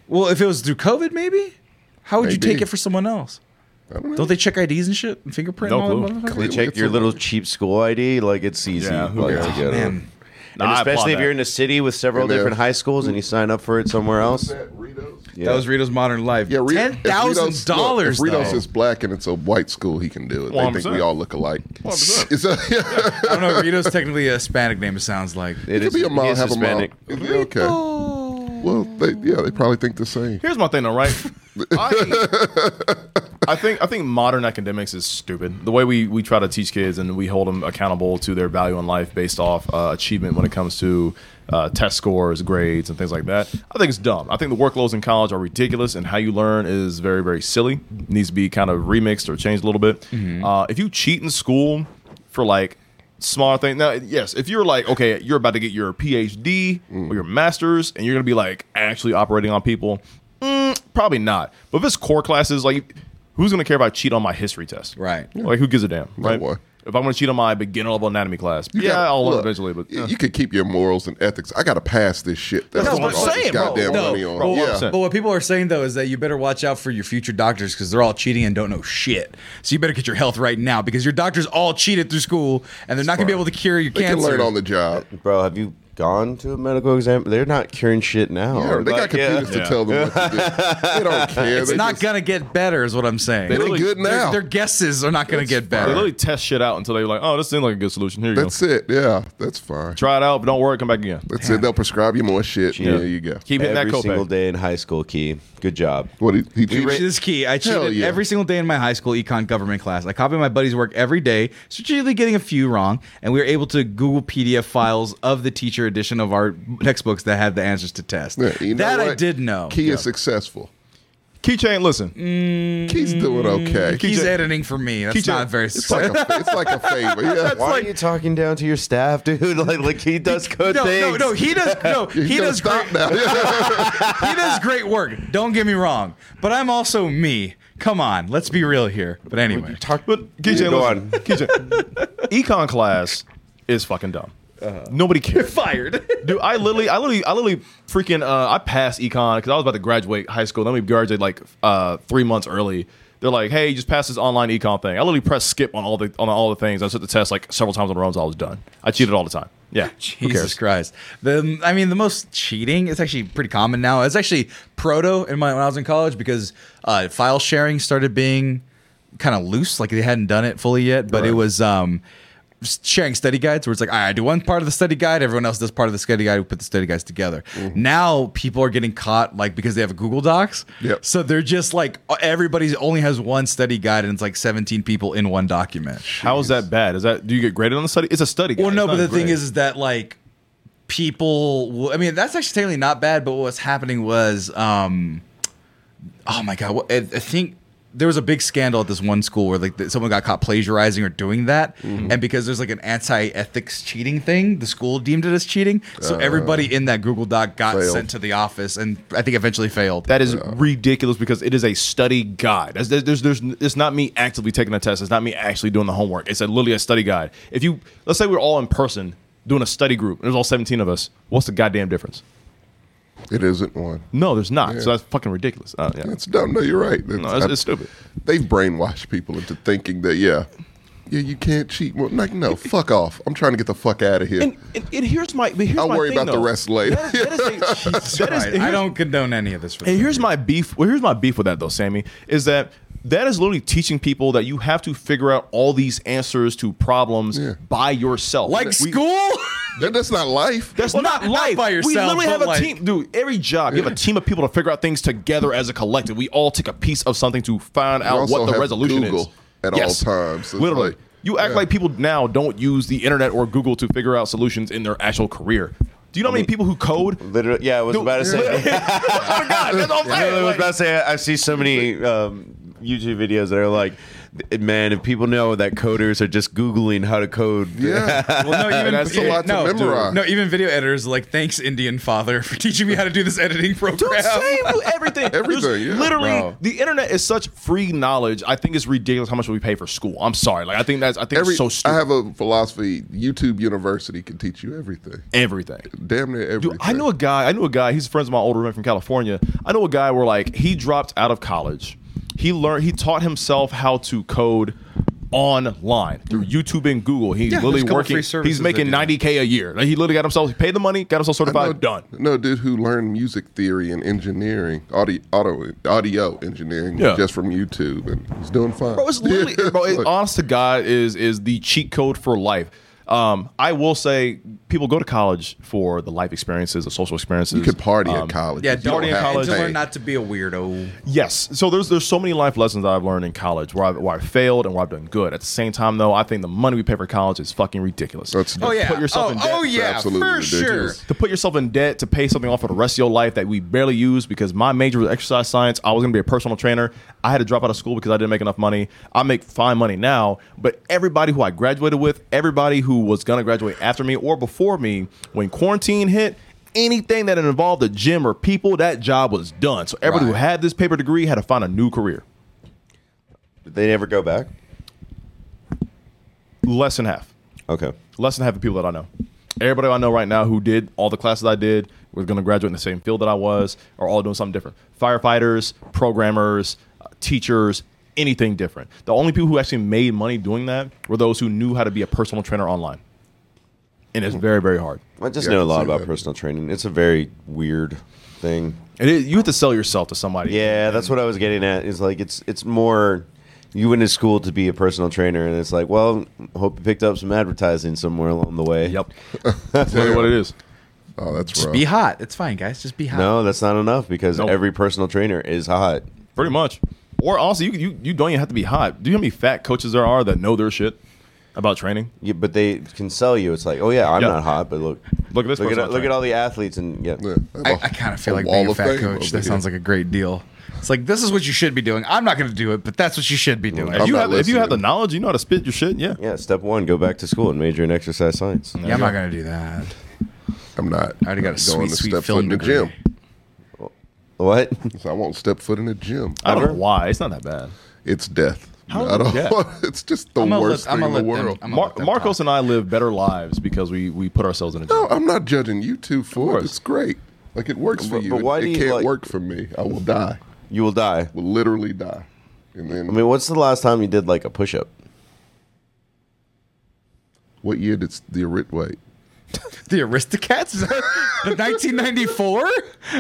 E: Well, if it was through COVID, maybe. How would you
C: Maybe.
E: take it for someone else?
C: don't know.
E: Don't they check IDs and shit and fingerprint?
A: No
E: and all
A: clue.
E: That motherfucker?
B: They check your little cheap school ID. Like it's easy.
A: Yeah, who
B: like,
A: cares?
B: to get it.
E: Man,
A: Nah,
B: and
A: I applaud
B: especially if
A: that.
B: you're in a city with several
C: And, uh,
B: different high schools and you sign up for it somewhere else. Yeah.
E: that was Rito's modern life.
C: Yeah, Re- if
E: ten thousand
C: Ritos- look,
E: dollars.
C: If Ritos
E: though.
C: is black and it's a white school, he can do it. They think
A: 100%.
C: we all look alike.
A: 100%.
C: It's a-
E: I don't know. Rito's technically a Hispanic name. It sounds like.
B: It
C: It could
B: is-
C: be a
B: he
C: mom,
B: is
C: have
B: Hispanic.
C: a mom. It'd be okay.
E: Oh.
C: Well, they, yeah, they probably think the same.
A: Here's my thing, though, right? I, I think I think modern academics is stupid. The way we, we try to teach kids and we hold them accountable to their value in life based off uh, achievement when it comes to uh, test scores, grades, and things like that. I think it's dumb. I think the workloads in college are ridiculous, and how you learn is very very silly. needs to be kind of remixed or changed a little bit. Uh, if you cheat in school for like smaller thing. Now, yes, if you're like, okay, you're about to get your PhD or your master's, and you're gonna be like actually operating on people, mm, probably not. But if it's core classes, like, who's gonna care if I cheat on my history test?
E: Right.
A: Like, who gives a damn? Right.
C: one.
A: If I'm gonna cheat on my beginner level anatomy class,
C: You
A: yeah,
C: gotta-
A: I'll learn
C: look,
A: eventually. But
C: you,
A: eh.
C: you could keep your morals and ethics. I gotta pass this shit. That's,
A: That's what
C: all
A: I'm
C: this
A: saying, bro.
C: Goddamn
E: No,
C: money on.
A: bro,
C: yeah,
A: 100%.
E: But what people are saying though is that you better watch out for your future doctors because they're all cheating and don't know shit. So you better get your health right now because your doctors all cheated through school and they're not going to be able to cure your
C: they
E: cancer.
C: can learn on the job.
B: Bro, have you gone to a medical exam? They're not curing shit now.
C: Yeah, they got
B: Like, yeah.
C: computers
A: Yeah.
C: to tell them what to do. They don't care.
E: it's
C: they
E: not
C: just-
E: going to get better, is what I'm saying.
C: They
E: Their,
A: literally-
C: look good now.
E: their guesses are not going to get
A: they
E: better.
A: literally test shit out until they're like, oh, this seems like a good solution. Here you
C: that's
A: go.
C: it. Yeah, that's fine.
A: Try it out, but don't worry, come back again.
C: That's it. They'll prescribe you more shit. Yeah, there you go.
A: Keep hitting
B: Every
A: that
B: single
A: copay.
B: day in high school, Key. Good job.
C: What he, he cheated?
E: This is key. I
C: Hell
E: cheated
C: yeah.
E: every single day in my high school econ government class. I copied my buddy's work every day, strategically getting a few wrong, and we were able to Google PDF files of the teacher edition of our textbooks that had the answers to tests.
C: Yeah, you know
E: that I
C: what?
E: did know.
C: Key is successful.
A: Keychain, listen.
C: Mm. Key's doing okay.
E: He's
A: Keith-
E: editing for me. That's
A: Keith-
E: not very.
C: It's like a, it's like a favor. Yeah.
B: Why are you talking down to your staff, dude? Like, like he does good
E: no,
B: things.
E: no, no. He does no.
C: You
E: He
C: gotta
E: does great.
C: stop now.
E: He does great work. Don't get me wrong, but I'm also me. Come on, let's be real here. But anyway,
A: But Keychain,
B: go
A: listen.
B: on.
A: Keychain, econ class is fucking dumb. Nobody cares.
E: fired.
A: Dude, I literally, I literally, I literally freaking, uh, I passed econ because I was about to graduate high school. Then we graduated like uh, three months early. They're like, hey, you just pass this online econ thing. I literally pressed skip on all the on all the things. I took the test like several times on the row until I was done. I cheated all the time. Yeah, who
E: Jesus
A: cares?
E: Christ. The I mean, the most cheating is actually pretty common now. It's actually proto in my when I was in college because uh, file sharing started being kind of loose, like they hadn't done it fully yet. But it was um, sharing study guides where it's like, all right, I do one part of the study guide, everyone else does part of the study guide. We put the study guides together.
A: Mm-hmm.
E: Now people are getting caught like because they have Google Docs.
C: Yep.
E: So they're just like everybody's only has one study guide and it's like 17 people in one document.
A: How is that bad? Is that do you get graded on the study? It's a study.
E: Well,
A: guide.
E: no,
A: It's
E: but
A: not a
E: the thing
A: grade.
E: is, is that like people. w- I mean, that's actually technically not bad. But what was happening was, um, oh my god, what, I, I think there was a big scandal at this one school where like th- someone got caught plagiarizing or doing that,
A: Mm-hmm.
E: and because there's like an anti-ethics cheating thing, the school deemed it as cheating,
A: Uh.
E: so everybody in that Google Doc got
C: failed.
E: sent to the office, and I think eventually failed.
A: That is ridiculous because it is a study guide. That's- There's, there's, there's, it's not me actively taking a test. It's not me actually doing the homework. It's a, literally a study guide. If you let's say we're all in person doing a study group, and there's all 17 of us. What's the goddamn difference?
C: It isn't one.
A: No, there's not. So that's fucking ridiculous. Uh, yeah.
C: It's dumb. No, you're right.
A: No, it's, it's stupid.
C: They've brainwashed people into thinking that yeah, yeah, you can't cheat. Well, like no, fuck off. I'm trying to get the fuck out of here.
A: And, and, and here's my. But here's
C: I'll
A: my
C: worry
A: thing,
C: about the
A: though.
C: rest later.
A: That is, that is a, that is-
E: Right. I
A: here's-
E: don't condone any of this. For
A: And
E: the
A: here's
E: record.
A: my beef. Well, here's my beef with that though, Sammy, is that that is literally teaching people that you have to figure out all these answers to problems
C: Yeah.
A: by yourself.
E: like
A: We-
E: school.
C: That- that's not life.
A: That's
E: Well,
A: not,
E: not- not
A: life.
E: by
A: we
E: yourself,
A: literally have
E: but
A: a
E: like-
A: team, dude. Every job, you have a team of people to figure out things together as a collective. We all take a piece of something to find
C: You
A: out
C: also
A: what the
C: have
A: resolution is
C: Google at all times. It's
A: Literally,
C: like-
A: you act like people now don't use the internet or Google to figure out solutions in their actual career. Do you know how many people who code?
B: Literally, yeah, I was about to say.
A: oh my god, that's all I'm
B: I
A: saying.
B: literally was
A: Like-
B: about to say. I I see so many um, YouTube videos that are like, man, if people know that coders are just googling how to code,
C: Yeah,
E: Well, no, even
C: That's a lot to
E: no, dude.
C: memorize.
E: no, even video editors are like thanks Indian father for teaching me how to do this editing
A: Dude,
E: program.
A: same with everything.
C: Everything,
A: There's
C: yeah.
A: Literally,
E: Bro.
A: the internet is such free knowledge. I think it's ridiculous how much we pay for school. I'm sorry. Like I think that's I think
C: every
A: it's so
C: I
A: stupid.
C: have a philosophy. YouTube University can teach you everything.
A: everything.
C: Damn near everything.
A: Dude, I know a guy. I knew a guy. He's friends with my older man from California. I know a guy where like he dropped out of college. He learned. He taught himself how to code online through YouTube and Google. He's
E: Hmm. Yeah, there's
A: literally
E: a couple
A: working.
E: free services
A: He's making
E: that do that.
A: 90k a year. Like, he literally got himself. He paid the money. Got himself certified.
C: no,
A: done.
C: No, dude who learned music theory and engineering, audio, auto, audio engineering,
A: Yeah.
C: just from YouTube, and he's doing fine.
A: Bro, it's literally,
C: Yeah,
A: bro, it,
C: like,
A: honest to God, is is the cheat code for life. Um, I will say, people go to college for the life experiences, the social experiences.
C: you could party
A: Um,
C: at college.
E: Yeah,
C: You
E: don't
A: Party in
E: have
A: college.
E: to
C: pay.
E: learn not to be a weirdo.
A: Yes. So there's there's so many life lessons that I've learned in college where I've, where I've failed and where I've done good. At the same time, though, I think the money we pay for college is fucking ridiculous.
C: That's-
E: Oh
C: To
E: yeah.
A: put yourself
E: oh,
A: in debt
E: oh
A: for
E: yeah,
C: absolutely
E: for sure.
C: ridiculous.
A: to put yourself in debt to pay something off for the rest of your life that we barely use because my major was exercise science. I was going to be a personal trainer. I had to drop out of school because I didn't make enough money. I make fine money now, but everybody who I graduated with, everybody who was going to graduate after me or before me, when quarantine hit, anything that involved a gym or people, that job was done. So everybody
E: Right.
A: who had this paper degree had to find a new career.
B: they never go back.
A: Less than half.
B: Okay,
A: less than half the people that I know. Everybody I know right now who did all the classes I did was going to graduate in the same field that I was, are all doing something different. Firefighters, programmers, uh, teachers, anything different. The only people who actually made money doing that were those who knew how to be a personal trainer online, and it's very very hard.
B: I just
C: Yeah, I
B: know a
C: can see
B: lot about
C: that.
B: personal training. It's a very weird thing.
A: It is, you have to sell yourself to somebody.
B: Yeah, that's what I was getting at. Is like it's it's more you went to school to be a personal trainer, and it's like, well, hope you picked up some advertising somewhere along the way.
A: Yep. that's really what it is.
C: Oh, that's
E: Just
C: rough.
E: be hot. It's fine, guys. Just be hot.
B: No, that's not enough because
A: Nope.
B: every personal trainer is hot.
A: Pretty much. Or also, you, you you don't even have to be hot. Do you know how many fat coaches there are that know their shit about training?
B: Yeah, but they can sell you. It's like, oh yeah, I'm
A: Yeah.
B: not hot, but look,
A: Look at this
B: look at,
A: personal
B: look at
A: trainer.
B: all the athletes and yeah.
C: Yeah,
E: I,
C: have a-
E: I kind of feel
C: a
E: like
C: wall
E: being a
C: of
E: fat
C: fame
E: coach.
C: over
E: That
C: here.
E: sounds like a great deal. It's like this is what you should be doing. I'm not going to do it, but that's what you should be doing.
A: If
C: I'm
A: you
C: not
A: have if you have the
C: listening.
A: knowledge, you know how to spit your shit. Yeah.
B: Yeah, step one, go back to school and major in exercise science.
E: yeah, I'm not going to do that.
C: I'm not.
E: I already got a
C: going
E: sweet,
C: to
E: sweet
C: step foot
E: film
C: in the
E: degree.
C: gym.
B: What?
C: So I won't step foot in the gym.
A: I don't know
B: Ever?
A: why. It's not that bad.
C: It's death.
A: How
C: I
A: is
C: don't.
A: it death?
C: it's just the
E: I'ma
C: worst
E: let- I'ma
C: thing in the
E: let them-
C: world.
E: I'ma
A: Mar-
E: let them
A: Marcos
E: talk.
A: and I live better lives because we we put ourselves in a
C: No,
A: gym.
C: I'm not judging you two for
A: course.
C: it. It's great. Like it works for
B: But-
C: you.
B: but
C: It-
B: why
C: it,
B: do you
C: can't
B: like-
C: work for me. I will die.
B: You will die.
C: Will literally die. And then
B: I mean, what's the last time you did like a push up?
C: what year did s- the orit wait?
E: The Aristocats, Is that the 1994.
C: I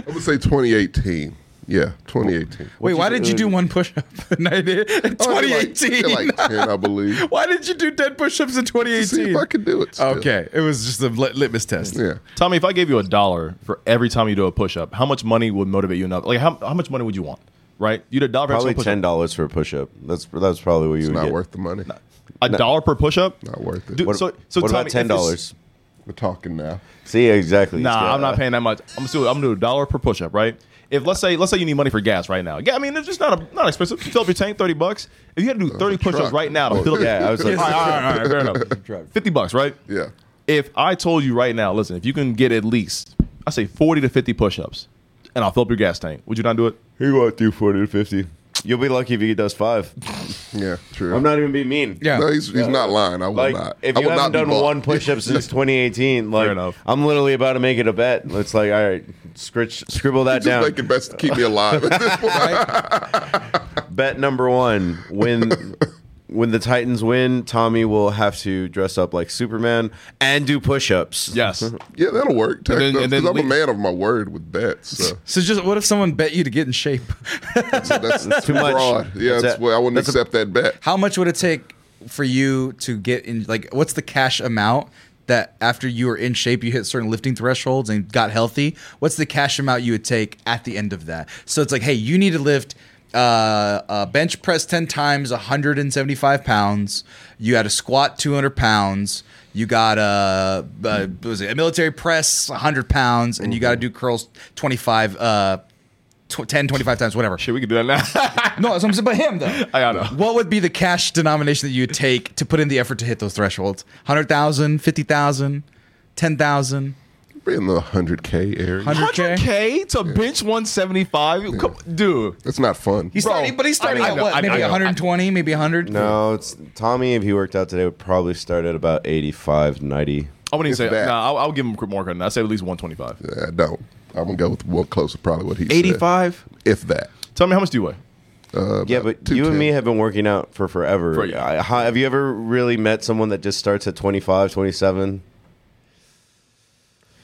C: would say 2018. Yeah, 2018.
E: Wait, why did you do one push up in 90 in
C: Oh, I did like-
E: 2018?
C: I did like 10, I believe.
E: Why did you do 10 push ups in
C: To see
E: 2018?
C: if I could do it. still.
E: Okay, it was just a lit- litmus test.
C: Yeah.
A: Tommy, if I gave you a dollar for every time you do a push up, how much money would motivate you enough? Like how, how much money would you want? Right? You'd a dollar for
B: Probably
A: every
B: ten
A: push
B: dollars for a push up. That's that's probably what you
C: It's
B: would
C: not
B: get.
C: worth the money.
A: A dollar per push up?
C: Not worth it.
A: Dude,
B: What,
A: so so
B: what
A: Tommy,
B: about
A: if
B: ten
A: it's-
B: dollars?
C: We're talking now.
B: See, exactly. It's
A: Nah,
B: got-
A: I'm not paying that much. I'm gonna do I'm gonna do a dollar per push up, right? If let's say let's say you need money for gas right now, yeah, I mean it's just not a, not expensive. You fill up your tank thirty bucks. If you had to do thirty push-ups
C: truck.
A: right now to fill up,
B: Yeah, I was like-
A: all right, all right, all right, fair enough.
E: Truck.
A: fifty bucks, right?
C: Yeah.
A: If I told you right now, listen, if you can get at least I say forty to fifty push-ups, and I'll fill up your gas tank, would you not do it?
B: He won't do forty to fifty. You'll be lucky if he does five.
C: Yeah. True.
B: I'm not even being mean.
E: Yeah.
C: No, he's, he's not lying. I will
B: Like
C: not.
B: if
C: I
B: you
C: will
B: haven't
C: not be
B: done
C: bought.
B: one push-up since 2018, like
A: enough.
B: I'm literally about to make it a bet. It's like, all right, scritch, scribble that
C: Just
B: down.
C: making bets to keep me alive at this point.
B: bet number one when when the Titans win, Tommy will have to dress up like Superman and do push-ups.
A: Yes.
C: Yeah, that'll work.
A: And then-
C: Because
A: and then
C: I'm a
A: leave.
C: man of my word with bets. So
E: So just what if someone bet you to get in shape?
C: that's,
B: too much.
C: Fraud. Yeah,
B: That's
C: that's
B: a-
C: why I wouldn't
B: that's a-
C: accept that bet.
E: How much would it take for you to get in? Like, what's the cash amount that after you were in shape, you hit certain lifting thresholds and got healthy? What's the cash amount you would take at the end of that? So it's like, hey, you need to lift uh, a bench press 10 times 175 pounds. You had to squat 200 pounds. You got a, uh what was it, a military press 100 pounds, and you got to do curls 25, uh, tw- 10, 25 times, whatever.
A: Shit, we could do that now.
E: No, that's what I'm saying. But him though.
A: I know.
E: What would be the cash denomination that you would take to put in the effort to hit those thresholds? 100,000, 50,000, 10,000,
C: Be in the 100K area.
E: 100K?
A: 100k to bench 175 Come, dude
C: That's not fun.
E: He's
A: Bro,
E: starting, but he's starting
A: I- I
E: at
A: know,
E: what?
A: I-
E: maybe
A: I know.
E: 120, maybe 100?
B: No, it's Tommy. If he worked out today, would probably start at about 85, 90.
A: i wouldn't even say
C: that.
A: nah, I'll, I'll give him more credit than that. i'd say at least 125
C: Yeah, I don't. I'm gonna go with one closer, probably what he said.
A: 85
C: if that.
A: tell me how much do you weigh
C: Uh,
B: Yeah,
C: about
B: but you and
C: 210.
B: me have been working out for forever.
A: For- yeah.
B: I- how- have you ever really met someone that just starts at 25, 27?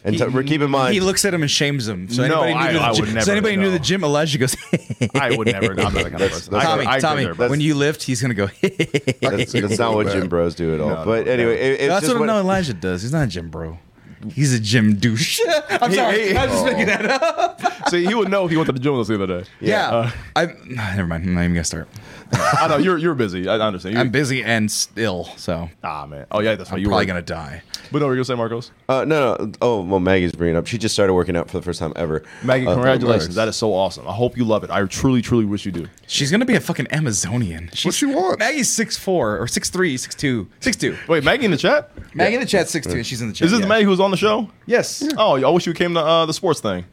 B: And t- keep in mind,
E: He looks at him and shames him. So
A: No,
E: anybody
A: I-
E: knew the
A: I
E: gym,
A: would
E: so
A: never,
E: anybody knew
A: no.
E: the gym, Elijah goes,
A: i would never i'm not that kind of person I-
E: Tommy,
A: I, agree
E: Tommy,
A: there, bro.
E: when you lift, he's going to go,
B: that's, that's not what gym bros do at all.
A: no,
B: but
A: no.
B: anyway, it- it's
E: That's
B: just
E: what I know Elijah does. He's not a gym bro. He's a gym douche. I'm sorry. I'm just making that up.
A: see he would know if he went to the gym with us the other day
E: Yeah.
A: Uh,
E: I, never mind. I'm not even going to start.
A: i know you're you're busy i I understand
E: I'm
A: you
E: busy and still, so
A: ah man oh yeah that's how
E: I'm
A: you
E: probably
A: were
E: gonna die.
A: but no we're gonna say marcos
B: Uh, no, no. Oh, well, Maggie's bringing it up. She just started working out for the first time ever.
A: maggie
B: Uh,
A: congratulations
C: nice.
A: that is so awesome i hope you love it i truly truly wish you do
E: She's gonna be a fucking Amazonian. She's,
C: she wants?
E: Maggie's six four or six three, six two, six two.
A: wait maggie in the chat
E: Maggie in the chat six two, and she's in the chat.
A: is this
E: yeah.
A: the maggie who was on the show
E: Yes.
A: oh i wish you came to uh, the sports thing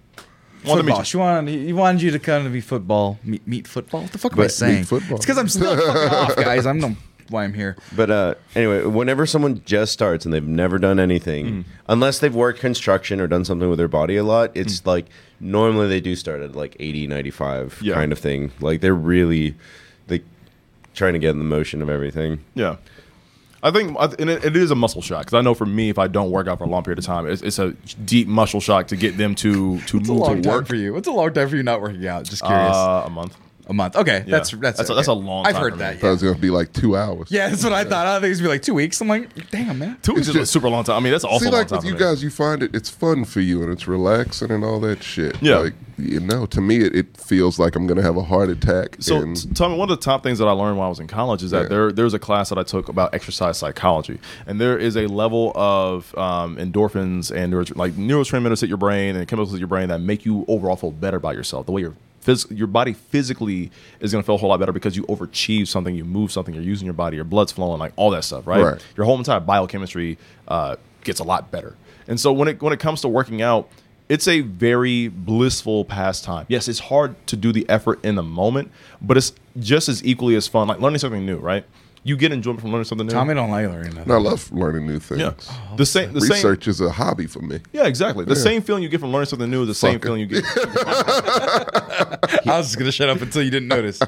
A: Wanted to meet
E: Football.
A: you.
E: She wanted he wanted you to come to be football meet, meet football. What the fuck am I
B: But-
E: saying?
C: meet football.
E: It's because I'm still fucking off, guys. I'm no why I'm here.
B: But uh, anyway, whenever someone just starts and they've never done anything, unless they've worked construction or done something with their body a lot, it's like normally they do start at like 80, 95
A: Yeah.
B: kind of thing. Like they're really like trying to get in the motion of everything.
A: Yeah. I think I th- and it, it is a muscle shock because I know for me, if I don't work out for a long period of time, it's, it's a deep muscle shock to get them to to
E: It's a
A: move
E: long
A: to
E: time
A: work.
E: for you. It's a long time for you not working out. Just curious.
A: Uh, a month.
E: a month. Okay, that's that's
A: That's a- that's
E: okay.
A: a long
E: I've
A: time
E: heard
A: for me.
E: that.
C: Thought it
E: Yeah.
C: was gonna be like two hours.
E: yeah, that's what I thought. I thought it was gonna be like two weeks. I'm like, damn man.
A: Two weeks is a
C: just-
A: super long time. I mean, that's an awful
C: See,
A: long
C: like
A: time.
C: with
A: for
C: you
A: me.
C: guys, you find it it's fun for you and it's relaxing and all that shit.
A: Yeah.
C: Like, you know, to me, it, it feels like I'm gonna have a heart attack.
A: So,
C: and,
A: t- Tommy, one of the top things that I learned when I was in college is that
C: Yeah.
A: there there's a class that I took about exercise psychology, and there is a level of um, endorphins and neuro, like neurotransmitters hit your brain and chemicals hit your brain that make you overall feel better about yourself. The way your phys- your body physically is going to feel a whole lot better because you overachieve something, you move something, you're using your body, your blood's flowing, like all that stuff, right?
C: Right.
A: Your whole entire biochemistry uh, gets a lot better. And so when it when it comes to working out, it's a very blissful pastime. Yes, it's hard to do the effort in the moment, but it's just as equally as fun. Like learning something new, right? You get enjoyment from learning something new.
E: Tommy don't like Larry.
C: and I love learning new things.
A: yeah, the same. The same.
C: Research is a hobby for me.
A: Yeah, exactly. The same feeling you get from learning something new is the same
C: Sucker.
A: feeling you get.
E: I was just gonna shut up until you didn't notice.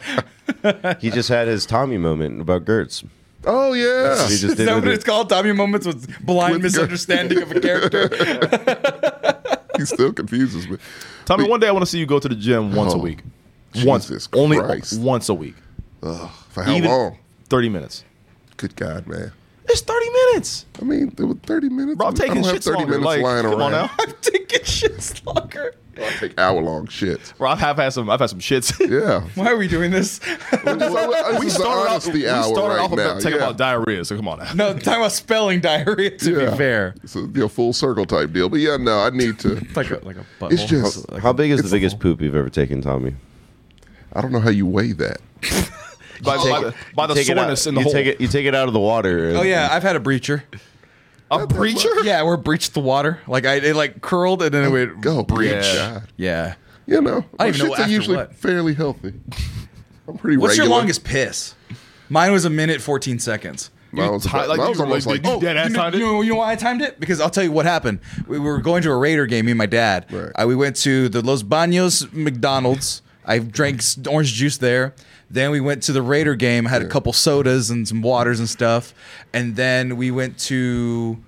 B: He just had his Tommy moment about Gertz.
C: Oh yeah.
B: He just
E: Is
B: did
E: that
B: it
E: what
B: with-
E: it's called? Tommy moments with blind
C: With girl-
E: misunderstanding of a character.
C: he still confuses me.
A: Tommy, one day I want to see you go to the gym once a
C: Oh,
A: week. Once,
C: Jesus
A: only
C: Christ.
A: once a week.
C: For how
A: Even-
C: long?
A: Thirty minutes.
C: Good God, man.
A: It's thirty minutes.
C: I mean, there were 30 minutes.
A: Bro, I'm
C: I don't
A: taking
C: have
A: shits longer. Like, come on now.
E: I'm taking shit slugger.
C: I take hour long shits.
A: Bro, I've have had some. I've had some shits.
C: Yeah.
E: Why are we doing this?
C: we
A: started off, we started off about talking
C: yeah.
A: about diarrhea. So come on now.
E: no, talking about spelling diarrhea. To
C: Yeah.
E: be fair,
C: It's a you know, full circle type deal. But yeah, no, I need to.
E: it's like a like a butthole.
C: It's just
B: How big is the biggest poop you've ever taken, Tommy?
C: I don't know how you weigh that.
A: By, by the- by the
B: Take it out-
A: soreness in the
B: you
A: hole.
B: Take it, you take it out of the water. and-
E: oh yeah, I've had a breacher.
A: a preacher.
E: Yeah, we're breached the water. Like I, it like curled and then it would
C: Go breach.
A: Yeah.
E: Yeah.
C: You know, my
E: I don't even know
C: shits are
E: after
C: usually
E: what.
C: fairly healthy. I'm pretty.
E: What's
C: regular.
E: your longest piss? Mine was a minute fourteen seconds.
C: Mine was,
A: Ti-
C: about-
A: like,
C: mine
A: you
C: was almost
A: like-
C: like,
A: you dead
E: Oh,
A: ass
E: you know,
A: timed it?
E: You know, you know why I timed it? Because I'll tell you what happened. We were going to a Raider game, me and my dad.
C: Right.
E: Uh, we went to the Los Banos McDonald's. I drank s- orange juice there. Then we went to the Raider game, had a couple sodas and some waters and stuff. And then we went to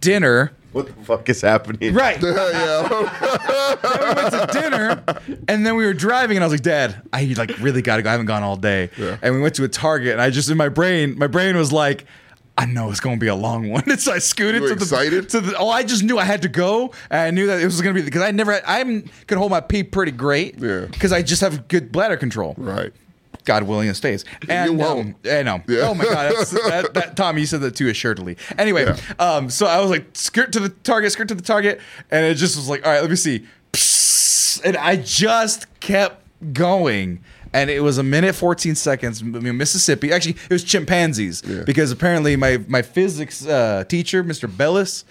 E: dinner.
B: What the fuck is happening?
E: Right. then
C: yeah.
E: we went to dinner. And then we were driving and I was like, Dad, I like really gotta go. I haven't gone all day.
C: Yeah.
E: And we went to a Target and I just in my brain, my brain was like, I know it's gonna be a long one. so I scooted
C: You
E: to
C: were excited?
E: the to the, oh, I just knew I had to go. And I knew that it was going to be because I never, I'm could hold my pee pretty great.
C: Yeah.
E: Because I just have good bladder control.
C: right.
E: God willing, it stays. And
C: won't.
E: Um, I know.
C: Yeah.
E: Oh my God, that's, that, that Tom, you said that too assuredly. Anyway,
C: Yeah.
E: um, so I was like, skirt to the target, skirt to the target, and it just was like, all right, let me see, Psst, and I just kept going. And it was a minute fourteen seconds. I mean, Mississippi. Actually, it was chimpanzees
C: Yeah.
E: because apparently my my physics uh, teacher, Mr. Bellis,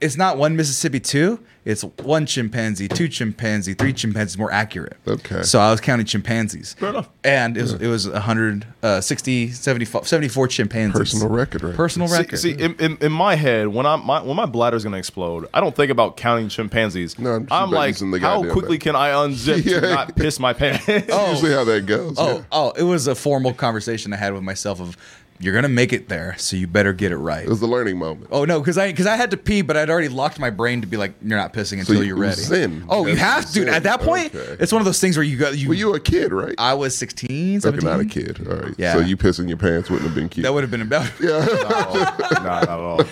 E: it's not one Mississippi two. It's one chimpanzee, two chimpanzee, three chimpanzees. More accurate.
C: Okay.
E: So I was counting chimpanzees.
A: Fair enough.
E: And it was, it was uh, 160, 75, 74 chimpanzees.
C: Personal record, right?
E: Personal
A: See-
E: record.
A: See, in, in, in my head, when I'm my, when my bladder's gonna explode, I don't think about counting chimpanzees.
C: No, I'm just
A: I'm
C: about
A: like,
C: using the
A: how
C: goddamn
A: quickly
C: bag.
A: can I unzip
C: Yeah.
A: to not piss my pants?
C: That's usually how that goes.
E: oh,
C: yeah.
E: oh, it was a formal conversation I had with myself of, you're going to make it there, so you better get it right.
C: It was the learning moment.
E: Oh no, because I because I had to pee, but I'd already locked my brain to be like, you're not pissing until
C: you-
E: you, are
C: it
E: ready.
C: was zen.
E: Oh, you
C: That's
E: have to.
C: zen.
E: At that point,
C: Okay.
E: it's one of those things where you got you.
C: Well, you were a kid, right?
E: I was 16,
C: okay,
E: 17.
C: not a kid. All right.
E: Yeah.
C: So you pissing your pants wouldn't have been cute.
E: That would have been about.
A: not at all.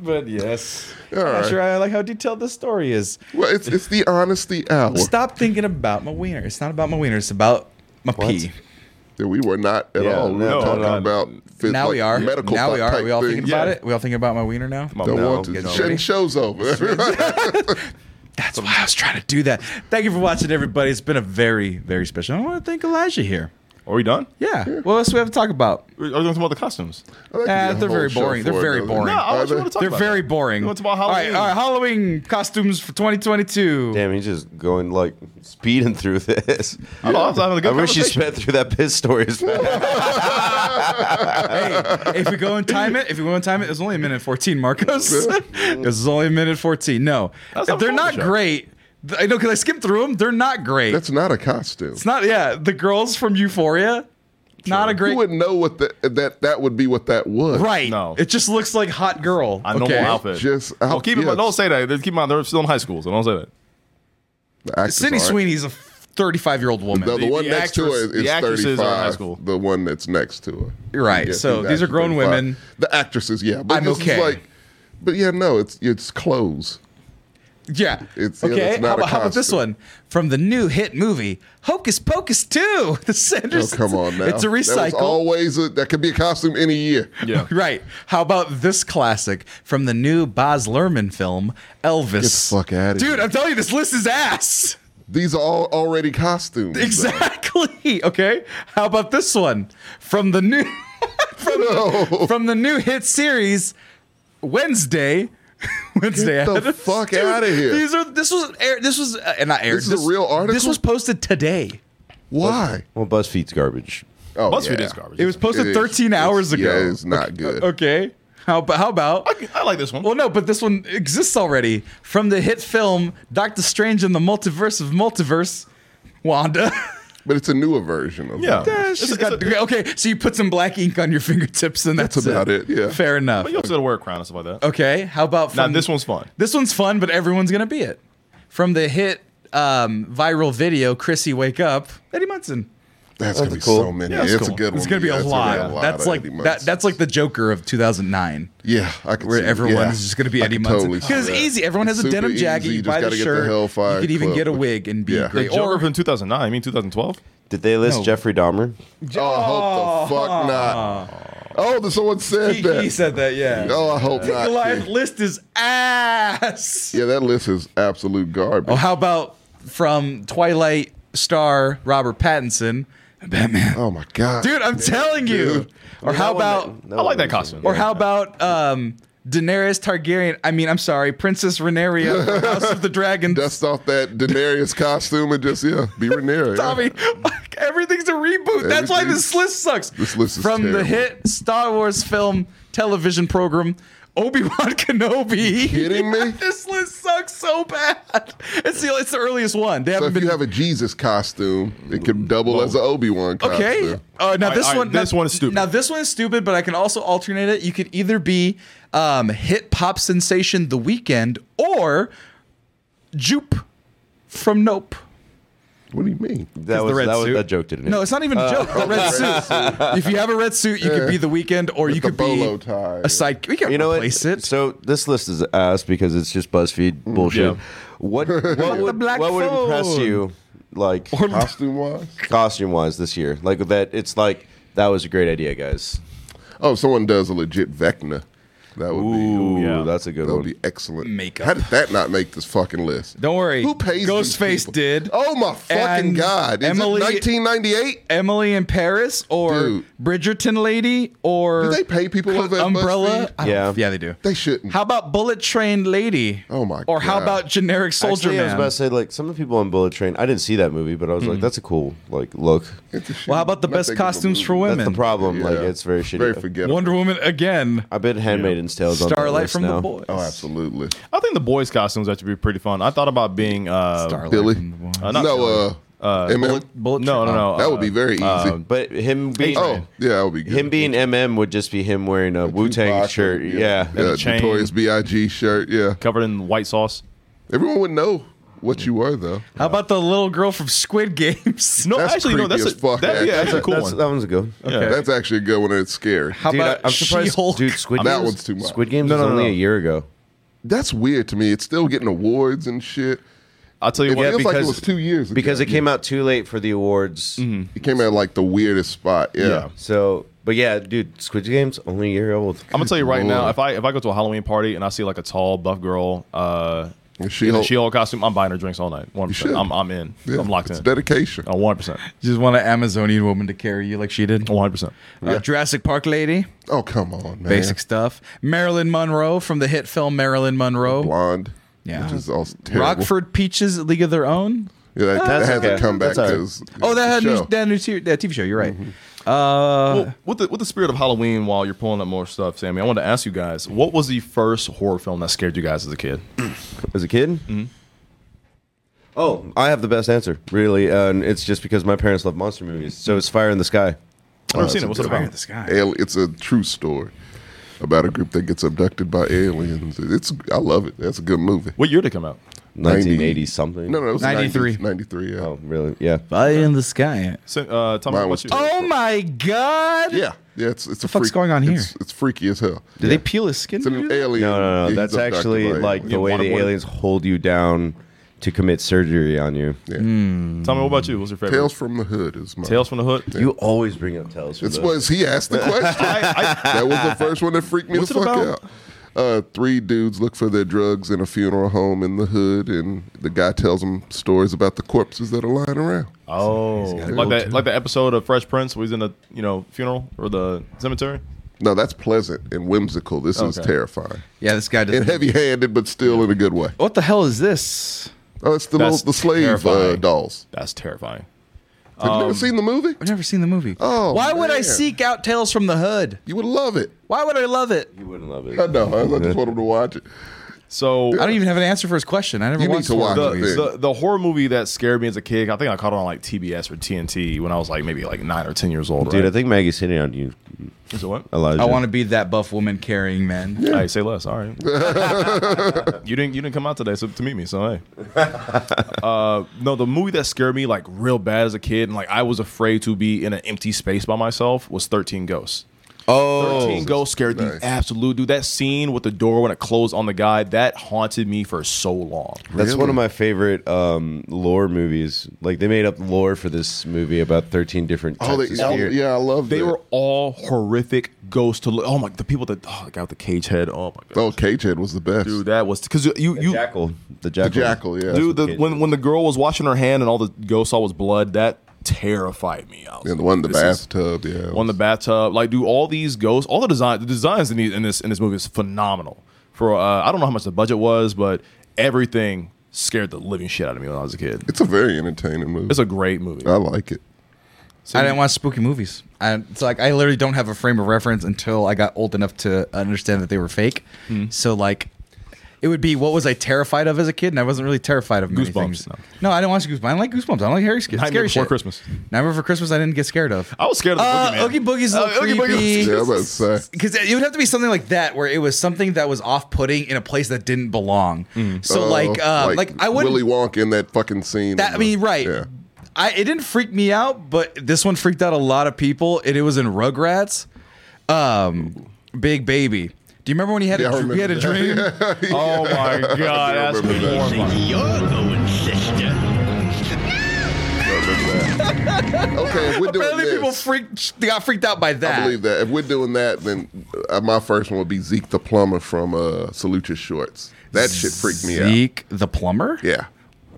E: But yes,
C: All
E: I'm
C: right.
E: not sure I like how detailed this story is.
C: well, it's it's the honesty hour
E: Stop thinking about my wiener. It's not about my wiener. It's about my pee.
C: that we were not at
B: Yeah,
C: all. We
B: no,
C: were talking
B: no, no.
C: about phys-
E: now we
C: like,
E: are.
C: medical.
E: Now we
C: type
E: are. We all thinking
C: things.
E: about
A: Yeah.
E: it. We all thinking about my wiener now.
A: Come on
C: Don't
A: now.
C: want to.
E: Get
C: Shutting
E: ready.
C: show's over.
E: That's why I was trying to do that. Thank you for watching, everybody. It's been a very, very special. I want to thank Elijah here.
A: Are we done?
E: Yeah. What else do we have to talk about?
A: Are we talking about the costumes?
C: I like to
E: Eh,
C: do a
E: they're
C: whole
E: very
C: show
E: boring. They're
C: for it,
E: very
C: though.
E: boring.
A: No, I
C: Are
A: want you
C: they?
A: to talk
E: They're
A: about
E: very
A: that.
E: boring.
A: What's about
E: All right,
A: Halloween?
E: All right, Halloween costumes for 2022.
B: Damn, he's just going like speeding through this.
A: Oh, I thought I was having a good
B: I wish you
A: conversation.
B: sped through that piss story as fast.
E: hey, if we go and time it, if we go and time it, it's only a minute 14, Marcos. it's only a minute 14. No.
A: That's not
E: they're
A: Photoshop.
E: not great. Th- I know because I skipped through them. They're not great.
C: That's not a costume.
E: it's not, yeah. The girls from Euphoria, not a
C: you
E: great.
C: wouldn't know what the, that that would be what that was.
E: Right.
A: No.
E: It just looks like hot girl.
A: A normal
E: Okay.
A: outfit.
C: Just
A: Well,
C: out-
A: keep it.
C: yes.
A: Don't say that. Keep in mind they're still in high school, so don't say that.
C: The actors
E: Sydney
C: aren't.
E: Sweeney's a 35 year old woman.
C: No, the,
A: The-
C: one
A: the
C: next to her
A: actress-
C: is,
A: the actresses are in high
C: 35.
A: school.
C: The one that's next to her.
E: You're right.
C: Yes,
E: So
C: she's
E: these are
C: actually
E: grown
C: 35.
E: women.
C: The actresses, yeah. But
E: I'm
C: this is
E: okay.
C: like- but yeah, no, it's it's clothes.
E: yeah.
C: It's- yeah,
E: okay.
C: it's not
E: how,
C: a
E: about, how about this
C: costume.
E: one from the new hit movie Hocus Pocus 2? The
C: Oh,
E: Sanders.
C: come on now.
E: It's a
C: That was
E: recycle.
C: always a, that could be a costume any year.
A: Yeah.
E: Right. How about this classic from the new Boz Luhrmann film, Elvis?
C: Get the fuck outta
E: Dude,
C: here.
E: I'm telling you, this list is ass.
C: These are all already costumes. though.
E: Exactly. Okay. How about this one from the new from, the, from the new hit series Wednesday? Wednesday.
C: Get the
E: Addams.
C: fuck outta here.
E: These are this was air, this was uh, not aired.
C: This is a real
E: This
C: article?
E: was posted today.
C: Why?
B: Well, BuzzFeed's garbage.
C: Oh,
A: BuzzFeed
C: yeah.
A: is garbage.
E: It was posted
C: It is.
E: 13 hours
C: It's-
E: ago.
C: Yeah, it's not good.
E: Okay. How about how about
A: I, I like this one.
E: Well, no, but this one exists already from the hit film Doctor Strange and the Multiverse of Multiverse. Wanda.
C: But it's a newer version of
A: Yeah.
C: that.
A: It's-
E: She's
A: it's
E: got,
A: a-
E: okay, so you put some black ink on your fingertips and that's,
C: That's about it, yeah.
E: Fair enough.
A: but you also gotta wear a crown and stuff like that.
E: Okay, how about
A: Now
E: from-
A: this one's fun.
E: This one's fun, but everyone's gonna be it. From the hit um, viral video "Chrissy Wake Up," Eddie Munson.
C: That's,
B: That's
C: gonna be
B: cool.
C: so many.
A: Yeah, it's
C: it's
A: cool.
C: a good one.
E: It's gonna be
C: Yeah,
E: a
C: it's
E: lot.
C: be a
E: That's
C: of
E: like
C: Eddie
E: that.
C: Munsters.
E: That's like the Joker of 2009.
C: yeah, I can
E: Where
C: see it.
E: everyone's
C: Yeah.
E: just going to be
C: I
E: Eddie
C: can
E: Munson
C: totally see
E: because
C: that.
E: it's easy. Everyone has a
C: Super
E: denim jacket.
C: easy.
E: You, buy the
C: just gotta
E: shirt.
C: Get the Hellfire
E: you could even
C: Club.
E: get a wig and be
C: Yeah.
A: The
E: great.
A: Joker
E: Or
A: from 2009. I mean 2012.
B: Did they list
E: No.
B: Jeffrey Dahmer?
C: Oh, I hope the fuck not. Oh, that someone said
E: he,
C: that.
E: he said that. Yeah.
C: oh, I hope
E: The Goliath
C: not. dude.
E: list is ass.
C: Yeah, that list is absolute garbage.
E: Oh, how about from Twilight star Robert Pattinson, Batman?
C: Oh my god,
E: Dude, I'm telling you.
C: Dude.
E: Or how about
A: I like that costume.
E: Or how about um, Daenerys Targaryen? I mean, I'm sorry, Princess Rhaenyra, from House of the Dragon.
C: dust off that Daenerys costume and just yeah, be Rhaenyra. yeah.
E: Tommy, everything's a reboot. That's why this
C: Everything's-
E: list sucks.
C: this list is
E: from the
C: terrible.
E: hit Star Wars film television program. Obi Wan Kenobi.
C: kidding me?
E: this list sucks so bad. It's the it's the earliest one. They
C: So
E: haven't
C: if
E: been
C: you have a Jesus costume, it can double as an Obi Wan costume.
E: Okay. Uh, now
A: right,
E: this
A: all right,
E: one. now-
A: this one is stupid.
E: Now this one is stupid, but I can also alternate it. You could either be um, hip hop sensation The Weeknd or Jupe from Nope.
C: What do you mean?
B: That
A: the
B: was,
A: red
B: that, was
A: suit.
B: that joke didn't.
E: No,
B: it?
E: it's not even a joke. The red suit. if you have a red suit, you could be The Weeknd, or you
C: the
E: could be
C: bolo tie.
E: a psych. We can
B: You know
E: replace
B: what?
E: it.
B: So this list is ass because it's just BuzzFeed bullshit.
A: Mm, Yeah.
B: What what
E: the
B: would,
E: black
B: what would impress
E: phone.
B: you like
C: Costume wise?
B: costume wise this year? Like that it's like that was a great idea, guys.
C: Oh, someone does a legit Vecna. That would
B: Ooh,
C: be
A: yeah.
B: that's a good
C: that would
B: one.
C: be excellent.
E: Makeup.
C: How did that not make this fucking list?
E: Don't worry.
C: Who pays these
E: Ghostface
C: people?
E: did.
C: Oh my fucking
E: And
C: god! Is
E: Emily-
C: Emily, 1998.
E: Emily in Paris, or
C: Dude.
E: Bridgerton lady, or
C: Do they pay people over at
E: Umbrella.
C: BuzzFeed?
E: I don't-
B: Yeah.
E: yeah, they do.
C: They shouldn't.
E: How about Bullet Train Lady?
C: Oh my
E: Or how
C: God.
E: about generic soldier
B: Actually, I was
E: man?
B: about to say like some of the people on Bullet Train. I didn't see that movie, but I was like, that's a cool like look.
C: It's a shame.
E: well, how about the
C: Not
E: best
C: that good of a
E: costumes for
C: movie.
E: women?
B: That's the problem. Like
C: Yeah.
B: it's very shitty.
C: Very forgettable.
E: Wonder Woman again.
B: I bet Handmaiden's Tales on that
E: Starlight
B: list
E: from
B: now.
E: the Boys.
C: Oh, absolutely.
A: I think the boys' costumes actually be pretty fun. I thought about being uh,
E: Starlight
C: Billy.
E: from the Boys.
A: Uh, not
C: no, uh, MM.
E: Bullet
A: no,
E: Train.
A: no, no.
C: that
A: uh,
C: would be very easy.
B: But him being
C: oh, yeah, that would be good.
B: him being MM would just be him wearing a Wu Tang
C: Tupac,
B: shirt. Yeah.
C: yeah,
A: the chain.
C: Notorious B.I.G. shirt. Yeah,
A: covered in white sauce.
C: everyone would know what you were though.
E: How about the little girl from Squid Games?
A: No,
C: That's
A: actually, no.
C: creepy
A: That's a,
C: as fuck,
A: that-
C: actually.
A: yeah,
C: um,
A: that's a cool
B: That's,
A: one.
B: That one's a good. one.
A: Yeah.
C: That's actually a good one, and it's scary.
E: How
B: Dude, I,
E: about
B: I'm surprised.
E: She-Hulk?
B: Dude, Squid
C: That
B: Games.
C: one's too much.
B: Squid Games
A: No,
B: was
A: no, no,
B: only
A: no.
B: a year ago.
C: That's weird to me. It's still getting awards and shit.
A: I'll tell you
C: It
A: what.
C: feels like it was two years ago.
B: because it came out too late for the awards.
C: it came out like the weirdest spot. Yeah.
A: Yeah.
B: So, but yeah, dude, Squid Games only a year old.
A: I'm gonna tell you right now,
C: Lord.
A: if I if I go to a Halloween party and I see like a tall buff girl, uh,
C: And
A: in a
C: She-Hulk.
A: She-Hulk costume, I'm buying her drinks all night. One
C: should.
A: percent, I'm I'm in.
C: Yeah,
A: I'm locked
C: it's
A: in. Oh.
C: dedication.
A: One percent,
E: Just want an Amazonian woman to carry you like she did. Uh,
A: one percent.
E: Jurassic Park lady,
C: Oh, come on, man.
E: basic stuff. Marilyn Monroe from the hit film Marilyn Monroe.
C: Blonde.
E: Yeah.
C: Which is all terrible.
E: Rockford Peaches, League of Their Own.
C: Yeah, that, that
B: That's
C: hasn't
B: okay.
C: come back
B: That's all right.
C: because.
E: Oh, that had
C: the
E: new,
C: show. Mm-hmm.
E: that new TV, that TV show. You're right. Uh,
A: Well, with the with the spirit of Halloween, while you're pulling up more stuff, Sammy, I wanted to ask you guys, what was the first horror film that scared you guys as a kid?
B: As a kid?
E: Mm-hmm.
B: Oh, I have the best answer, really. And it's just because my parents love monster movies. So it's Fire in the Sky.
A: I've never seen it. What's it
E: Fire in
A: about?
E: the Sky.
C: Ali- It's a true story about a group that gets abducted by aliens. It's I love it. That's a good movie.
A: What year did it come out?
B: 1980 something.
C: No, no, it was
E: 93.
C: 93. 93, yeah.
B: Oh, really? Yeah.
E: Fire in the Sky.
A: Sa- Uh, Tommy,
C: Mine
A: what
C: was
A: you?
C: two.
E: Oh my God!
C: Yeah, yeah, it's it's a
E: fuck's
C: freak-
E: going on here?
C: It's, it's freaky as hell.
E: Did they peel his skin?
C: It's an
E: to do that?
C: alien.
B: No, no, no.
C: He's
B: That's
C: abducted
B: actually
C: by
B: like
C: aliens.
B: the way the
A: Waterboy.
B: aliens hold you down to commit surgery on you.
A: Tommy, what about you? What's your favorite?
C: Tales from the Hood is my.
A: Tales from the Hood.
B: You always bring up Tales from
C: It's
B: the-
C: was he asked the question.
A: I, I,
C: that was the first one that freaked me
A: What's
C: the
A: it
C: fuck
A: about?
C: out. Uh, three dudes look for their drugs in a funeral home in the hood, and the guy tells them stories about the corpses that are lying around.
A: oh,
E: gotta
A: like
E: go
A: that,
E: too.
A: like the episode of Fresh Prince where he's in the you know funeral or the cemetery.
C: No, that's pleasant and whimsical. This is
A: Okay.
C: terrifying
E: Yeah, this guy
C: and
E: doesn't.
C: heavy-handed, but still in a good way.
E: What the hell is this?
C: Oh, it's the
A: That's
C: little, the slave uh,
A: terrifying. Um,
C: dolls.
A: That's terrifying.
C: Have you never seen the movie?
E: I've never seen the movie.
C: Oh,
E: why would I
C: man.
E: seek out Tales from the Hood?
C: You would love it.
E: Why would I love it?
B: You wouldn't love
C: I
B: it.
C: know. I just want them to watch it.
A: So
E: I don't even have an answer for his question. I never
C: You need
E: watched
C: to
E: horror
C: watch
E: movies.
C: it.
A: the, the the horror movie that scared me as a kid. I think I caught it on like TBS or TNT when I was like maybe like nine or ten years old.
B: Dude, I
A: right?
B: think Maggie's hitting on you,
A: Is it what?
B: Elijah.
E: I want to be that buff woman carrying man.
A: Hey, say less. All right. you didn't you didn't come out today so, to meet me, so hey. Uh, no, the movie that scared me like real bad as a kid and like I was afraid to be in an empty space by myself was 13 Ghosts.
B: Oh,
A: 13 Ghosts scared
C: Nice.
A: the absolute dude. That scene with the door when it closed on the guy, that haunted me for so long.
B: That's
C: Really?
B: one of my favorite um, lore movies. Like they made up lore for this movie about thirteen different types
C: Oh, they,
B: of
C: oh,
B: spirit.
C: yeah, I love
A: They
C: that.
A: were all horrific ghosts to look. Oh my, the people that oh, the guy with the cage head. Oh my god,
C: Oh, Cagehead was the best.
A: dude, that was because you you
B: jackal, the jackal,
C: jackal, yeah.
A: dude.
B: That's what
A: The,
B: Cage
A: when
B: did.
A: when the girl was washing her hand and all the ghosts saw was blood, that terrified me. I was
C: and the
A: like,
C: one in the
A: this is-
C: bathtub, yeah.
A: one in the bathtub. Like, do all these ghosts? All the design, the designs in, these, in this in this movie is phenomenal. For uh, I don't know how much the budget was, but everything scared the living shit out of me when I was a kid.
C: It's a very entertaining movie.
A: It's a great movie.
C: I like it.
E: I didn't watch spooky movies. I, it's like I literally don't have a frame of reference until I got old enough to understand that they were fake.
A: Hmm.
E: So like, it would be what was I terrified of as a kid, and I wasn't really terrified of many
A: Goosebumps,
E: things.
A: no.
E: No. I didn't watch Goosebumps. I don't like Goosebumps. I don't like Harry scary,
A: Nightmare
E: scary
A: Before
E: shit.
A: Christmas.
E: Nightmare Before Christmas. I didn't get scared of.
A: I was scared of the
E: Uh,
A: boogeyman.
E: Oogie Boogie's a little
A: Oogie Boogie's-
E: creepy.
C: Yeah, I was about to say.
E: because it would have to be something like that where it was something that was off-putting in a place that didn't belong. So
A: Hmm.
C: Oh,
E: like, uh, like, I wouldn't.
C: Willy Wonka in that fucking scene.
E: that, I mean, right?
C: Yeah.
E: I it didn't freak me out, but this one freaked out a lot of people. And it was in Rugrats. Um, Big Baby. Do you remember when he had
C: Yeah, I
E: a, dr- he had a
C: remember
E: dream?
A: Oh my god,
C: I
A: that's
C: do remember that.
A: horrifying.
D: Think you're going, sister.
C: I remember that. okay, if we're doing
E: Apparently,
C: this,
E: people freaked. They got freaked out by that.
C: I believe that. If we're doing that, then uh, my first one would be Zeke the plumber from uh, Salute Your Shorts. That shit freaked me out.
E: Zeke the plumber.
C: Yeah,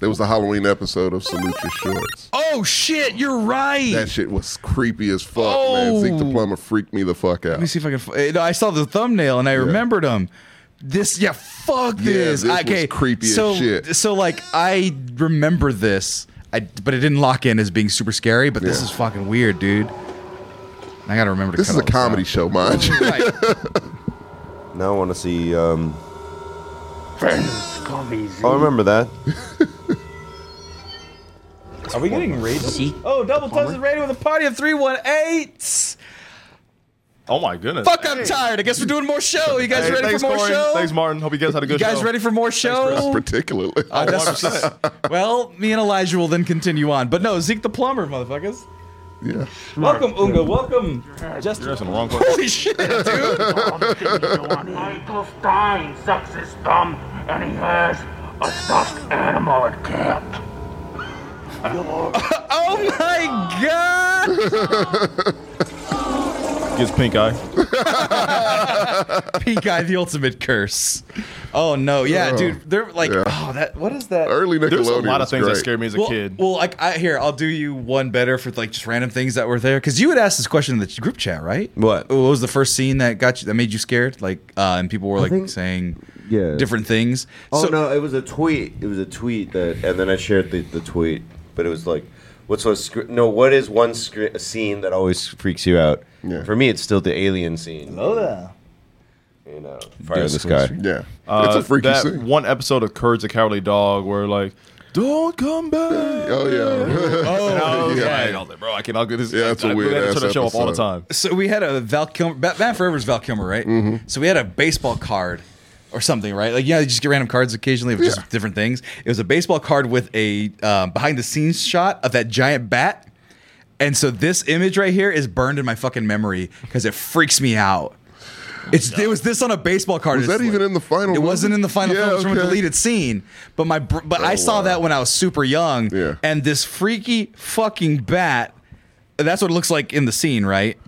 C: there was a Halloween episode of Salute Your Shorts.
E: Oh shit! You're right.
C: That shit was creepy as fuck, man. Zeke the
E: Oh. plumber
C: plumber freaked me the fuck out.
E: Let me see if I can. f- eh, No, I saw the thumbnail and I remembered him. This, yeah, fuck this.
C: this was
E: okay,
C: creepy as
E: so,
C: shit.
E: So like, I remember this, I but it didn't lock in as being super scary. But this
C: Yeah.
E: is fucking weird, dude. I gotta remember. To
C: This
E: cut
C: is a
E: all this out.
C: comedy show, mind you.
E: Right.
B: Now I want to see. Um,
D: Call me Z.
B: oh, I remember that.
E: Are we getting raided?
D: Zeke.
E: Oh, double touches raided with a party of three one eight.
A: Oh my goodness.
E: Fuck, I'm tired. I guess we're doing more show. You guys
A: Hey,
E: ready
A: thanks,
E: for more
A: Corey.
E: show?
A: Thanks, Martin. Hope you guys had a good
E: you guys
A: show.
E: ready for more show?
C: Particularly.
E: Uh, that's-
A: 100%.
E: well, me and Elijah will then continue on. But no, Zeke the plumber, motherfuckers.
C: yeah.
E: Welcome, Unga. Welcome, Justin.
A: You're in the wrong place.
E: Holy shit, dude.
F: Night of Stein sucks his thumb and he has a stuffed animal at camp.
E: Oh my god.
A: Gets pink eye.
E: Pink Eye, the ultimate curse. Oh no, yeah, dude. They're like,
C: Yeah.
E: oh, that. What is that?
C: Early Nickelodeon.
A: There's a lot of
C: was
A: things
C: great.
A: that scared me as a
E: well,
A: kid.
E: well, like I here, I'll do you one better for like just random things that were there. Because you had asked this question in the group chat, right?
B: What?
E: What was the first scene that got you that made you scared? Like, uh, and people were like
B: think-
E: saying
B: Yeah.
E: different things.
B: Oh
E: so,
B: no, it was a tweet. It was a tweet that, and then I shared the, the tweet. But it was like, what's a sc- no? What is one scr- scene that always freaks you out?
C: Yeah.
B: For me, it's still the alien scene. Hello You know, fire in the sky.
C: Yeah.
A: Uh,
C: it's a freaky
A: that
C: scene.
A: one episode of Courage the Cowardly Dog where like, don't come back.
C: Oh, yeah.
A: I was
C: yeah.
A: like, I was like, bro, I cannot get this.
C: Yeah, that's a
A: I- I-
C: weird
A: I had to
C: ass
A: turn that show off all the
C: episode.
A: time.
E: so we had a Val Kilmer, Bat- Batman Forever's Val Kilmer, right?
C: Mm-hmm.
E: So we had a baseball card or something, right? Like, yeah, you just get random cards occasionally of just
C: Yeah.
E: different things. It was a baseball card with a um, behind the scenes shot of that giant bat. And so this image right here is burned in my fucking memory because it freaks me out. It's, it was this on a baseball card.
C: Was that
E: It's
C: even in the final,
E: It
C: was
E: wasn't
C: it?
E: in the final.
C: Yeah,
E: film. It was from a
C: okay. Oh,
E: deleted scene. But my br- but I saw
C: wow.
E: that when I was super young.
C: Yeah.
E: And this freaky fucking bat. That's what it looks like in the scene, right?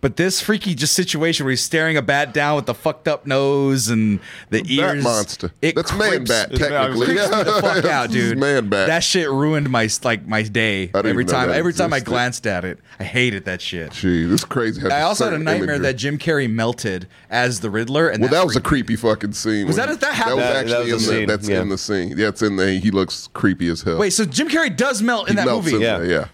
E: But this freaky just situation where he's staring a bat down with the fucked up nose and the
C: Bat
E: ears.
C: monster.
E: It
C: That's man
E: creeps
C: bat,
A: It's man-
C: technically.
A: creeps
E: the fuck out,
C: This is
E: dude.
C: Man bat.
E: That shit ruined my like my day.
C: didn't
E: Every
C: even know
E: time,
C: that
E: every time I
C: existed.
E: glanced at it, I hated that shit.
C: Jeez, it's crazy. how
E: I
C: the
E: also had a
C: certain
E: nightmare
C: imagery-
E: that Jim Carrey melted as the Riddler, and
C: Well, that was a
E: freaked
C: creepy fucking scene.
E: Was
C: when-
E: that- that
C: That
E: happened?
C: was
B: That- that
C: actually
B: was a
C: in
B: scene,
C: the, that's
B: yeah.
C: in the scene. Yeah, it's in there. He looks creepy as hell.
E: Wait, so Jim Carrey does melt
C: he
E: in that
C: melts
E: movie.
C: in there, yeah.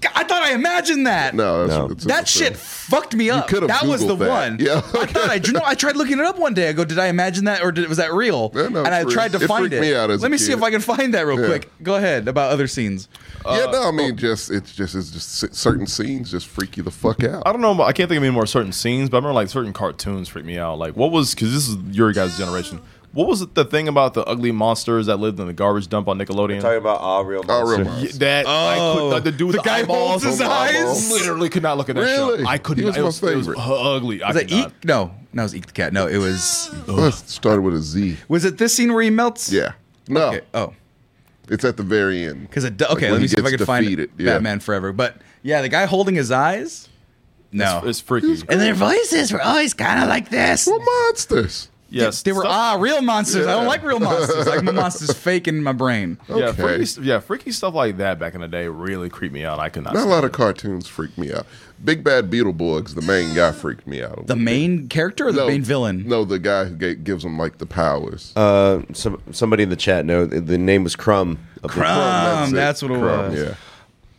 E: God, I thought I imagined that.
C: No, that's,
B: No.
C: it's-
E: That
C: it's-
E: shit fucked me up.
C: could've
E: That was the
C: Googled that.
E: one.
C: Yeah.
E: I thought I you know I tried looking it up one day. I go, did I imagine that or did, was that real?
C: Yeah, no,
E: and I
C: it's real.
E: tried to
C: It
E: find
C: freaked
E: it.
C: me out as a
E: Let me see
C: kid.
E: if I can find that real
C: Yeah.
E: quick. Go ahead about other scenes.
C: yeah, no, I mean, just it's just it's just s- certain scenes just freak you the fuck out.
A: I don't know. I can't think of any more certain scenes, but I remember like certain cartoons freaked me out. Like what was because this is your guys' generation. What was it, the thing about the ugly monsters that lived in the garbage dump on Nickelodeon?
B: Talking about all real
C: All real
B: monsters.
C: monsters.
A: Yeah, that I could
E: Oh.
A: not, the dude with
E: The guy
A: eyeballs,
E: holds his
A: Oh, my
E: eyes?
A: God. Literally could not look at that
C: Really?
A: show. I could
C: He
A: not.
C: was
A: It
C: my
A: was, it was
C: favorite.
A: hu- ugly. I
E: Was
A: could
E: that Eek?
A: not.
E: No, no, it was Eek the cat. No, it was.
C: Well, it started with a Z.
E: Was it this scene where he melts?
C: Yeah, no,
E: Okay. Oh,
C: it's at the very end.
E: because it. do- Okay,
C: when
E: let
C: he
E: me see if I
C: gets
E: can find
C: defeated,
E: it.
C: yeah.
E: Batman Forever. But yeah, the guy holding his eyes. No,
A: It's freaky.
E: and their voices were always kind of like this.
C: We're monsters.
A: yes,
E: They were
A: stuff-
E: ah real monsters. I don't
C: Yeah.
E: like real monsters. Like my monsters fake in my brain.
A: Yeah,
C: Okay.
A: freaky, st- yeah, freaky stuff like that back in the day really creeped me out. I could not.
C: Not a
A: stand
C: lot
A: it.
C: of cartoons freak me out. Big Bad Beetleborgs, the main guy, freaked me out.
E: The main character or the
C: No,
E: main villain?
C: No, the guy who ga- gives him like the powers.
B: Uh, some, somebody in the chat know the- the name was Crumb. of the-
E: Crumb.
C: Crumb,
E: um,
C: it.
E: that's what it
C: Crumb,
E: was.
C: Yeah.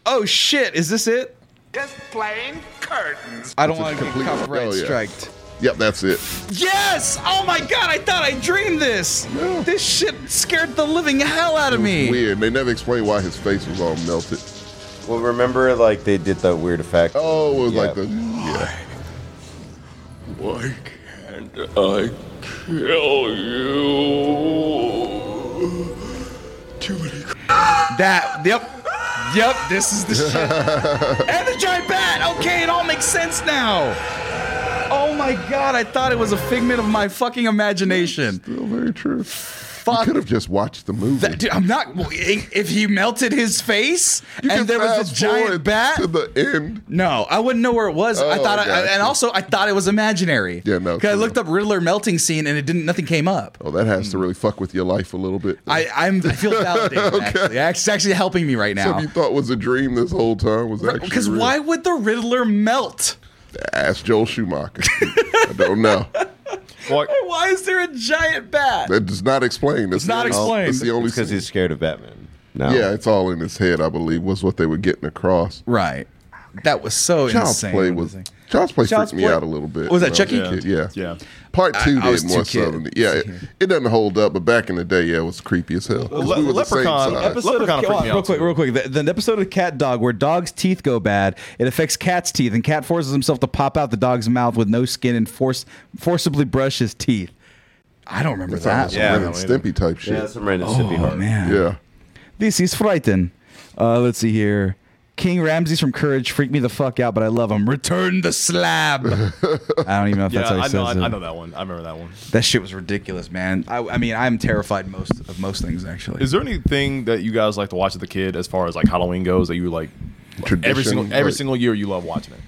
E: Oh shit! Is this it?
G: Just plain curtains.
E: I don't
C: It's
E: want
C: a
E: to get
C: complete-
E: copyright
C: oh, yeah.
E: striked.
C: Yep, that's it.
E: Yes! Oh my god! I thought I dreamed this.
C: Yeah.
E: This shit scared the living hell out of me.
C: Weird. They never explained why his face was all melted.
B: Well, remember like they did that weird effect.
C: Oh, it was
B: Yeah.
C: like the yeah.
D: Why can't I kill you? Too many
E: That. Yep. Yep. This is the shit. and the giant bat. Okay, it all makes sense now. Oh my god! I thought it was a figment of my fucking imagination.
C: Still very true.
E: Fuck.
C: Could have just watched the movie.
E: That, dude, I'm not. If he melted his face
C: You can
E: and there was a
C: fast
E: giant
C: forward
E: bat,
C: to the end.
E: no, I wouldn't know where it was. I
C: Oh,
E: thought, I,
C: gotcha.
E: and also I thought it was imaginary.
C: Yeah, no,
E: 'Cause I
C: true.
E: looked up Riddler melting scene and it didn't. Nothing came up.
C: Oh, that has to really fuck with your life a little bit.
E: Hmm. I, I'm. I feel validated. Actually, it's actually helping me right now.
C: Something you thought was a dream this whole time was actually
E: Because
C: real.
E: why would the Riddler melt?
C: Ask Joel Schumacher. I don't know.
A: Well, I-
E: Why is there a giant bat?
C: That does not explain. That's
E: not
C: the only-
E: explained.
C: That's the only
B: because he's scared of Batman. No.
C: Yeah, it's all in his head, I believe, was what they were getting across.
E: Right. That was so
C: Child's
E: insane.
C: Play was Child's Play
E: Child's
C: freaked me
E: Play-
C: out a little bit.
E: Was that
C: when I a
E: Chucky?
C: kid, Yeah.
A: Yeah.
C: Part two
E: I was
C: did more
E: too kid.
C: so than yeah. It, it doesn't hold up, but back in the day, yeah, it was creepy as hell. 'Cause
A: Le-
C: we were the same
A: Leprechaun-
C: size.
A: episode- Leprechaun
H: of-
A: freaked
H: oh,
A: me
H: real
A: out,
H: quick,
A: too.
H: real quick. The, the episode of Cat Dog where dog's teeth go bad, it affects cat's teeth, and cat forces himself to pop out the dog's mouth with no skin and force forcibly brush his teeth.
E: I don't remember
C: It's almost
E: that.
C: some
B: Yeah.
C: Ren and Stimpy type shit.
B: Yeah,
C: Yeah.
B: some random
A: Oh,
B: city horror.
H: Oh, Man, this is frighten. Uh, let's see here. King Ramses from Courage freaked me the fuck out, but I love him. Return the slab. I don't even know if
A: yeah,
H: that's how he
A: I
H: says
A: know. I,
H: it.
A: I know that one. I remember that one.
E: That shit was ridiculous, man. I, I mean, I'm terrified most of most things actually.
A: Is there anything that you guys like to watch as a kid, as far as like Halloween goes, that you like every
C: Tradition,
A: single every
C: like-
A: single year you love watching it?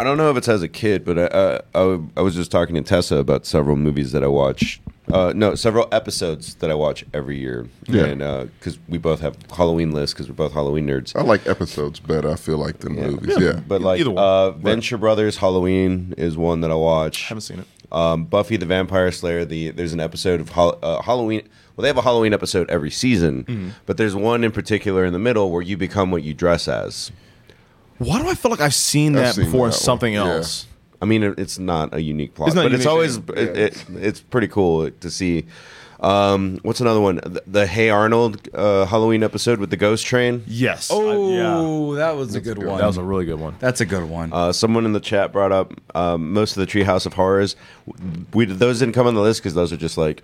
B: I don't know if it's as a kid, but I, uh, I, I was just talking to Tessa about several movies that I watch. Uh, no, several episodes that I watch every year.
C: Yeah.
B: And because we both have Halloween lists because we're both Halloween nerds.
C: I like episodes better. I feel like than movies. Yeah,
B: But like
A: Oh, e- Either one.
B: uh, Venture Brothers Halloween is one that I watch.
A: Haven't seen it.
B: Um, Buffy the Vampire Slayer. The there's an episode of Hol- uh, Halloween. Well, they have a Halloween episode every season,
A: Mm-hmm.
B: but there's one in particular in the middle where you become what you dress as.
A: Why do I feel like I've seen
C: I've
A: that
C: seen
A: before? in
C: that one.
A: something
C: Yeah.
A: else.
B: I mean, it- it's not a unique plot,
A: It's not a
B: but it's
A: unique
B: always
A: thing.
B: it, it, it's pretty cool to see. Um, what's another one? The, the Hey Arnold uh, Halloween episode with the ghost train.
A: Yes. I- yeah.
E: Oh, that was a good, one.
A: That was a really good one.
E: That's a good one.
B: Uh, someone in the chat brought up um, most of the Treehouse of Horrors. We those didn't come on the list because those are just like,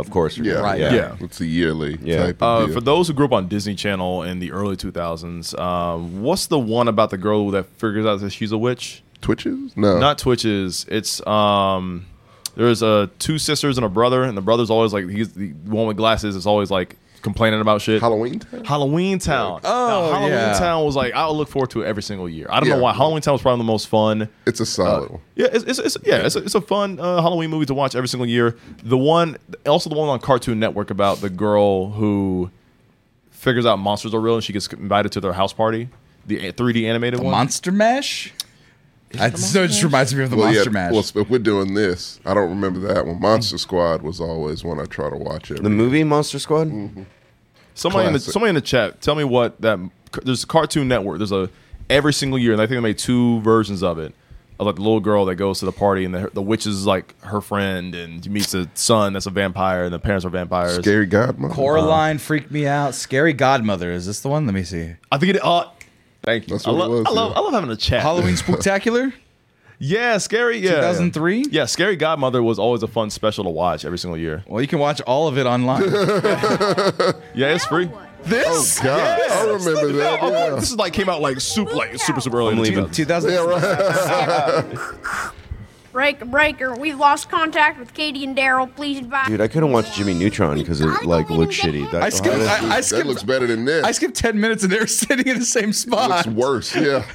B: of course,
C: yeah,
B: right.
E: Right.
B: yeah.
A: Yeah.
C: It's a yearly
B: Yeah.
C: type
A: Uh,
C: of deal.
A: for those who grew up on Disney Channel in the early 2000s, um, what's the one about the girl that figures out that she's a witch?
C: Twitches?
E: Oh.
C: No,
A: Not Twitches. It's um, there's uh, two sisters and a brother, and the brother's always like he's the one with glasses. is always like complaining about shit.
C: Halloween. Town?
A: Halloween Town.
E: Oh,
A: Now, Halloween
E: yeah.
A: Town was like I would look forward to it every single year. I don't
C: Yeah.
A: know why Halloween Town was probably the most fun.
C: It's a
E: Uh,
C: solid. one.
A: Yeah, it's, it's, it's yeah, it's a, it's a fun uh, Halloween movie to watch every single year. The one, also the one on Cartoon Network about the girl who figures out monsters are real and she gets invited to their house party. The a- 3D animated one.
E: Monster Mash. That so it just reminds me of the
C: Well,
E: Monster
C: yeah,
E: Mash.
C: well, if we're doing this, I don't remember that one. Monster Squad was always one I try to watch every
B: The movie Monster Squad.
A: somebody in the
C: classic.
A: somebody in the chat, tell me what that there's a Cartoon Network. There's a every single year, and I think they made two versions of it. Of like the little girl that goes to the party, and the, the witch is like her friend, and you meets the son that's a vampire, and the parents are vampires.
C: Scary Godmother.
E: Coraline freaked me out. Scary Godmother. Is this the one? Let me see.
A: I think it. Uh, thank you.
C: That's
A: I,
C: what it
A: love,
C: was,
A: I love.
C: yeah.
A: I love having a chat.
E: Halloween Spectacular.
A: Yeah, scary. Yeah,
E: 2003?
A: Yeah, Scary Godmother was always a fun special to watch every single year.
E: Well, you can watch all of it online.
A: Yeah, it's free.
E: this?
C: Oh, God, I remember
A: No,
C: that.
A: I'm like,
C: yeah.
A: this is like came out like super, like super, super early. in the
B: leaving.
A: 2000s.
E: 2000.
I: Breaker, breaker, we've lost contact with Katie and Daryl. Please advise.
B: Dude, I couldn't watch Jimmy Neutron because it like looked shitty. That,
E: I skipped. I, I
C: That
E: skipped.
C: looks better than this.
E: I skipped 10 minutes and they were sitting in the same
C: Looks
E: spot.
C: worse. Yeah.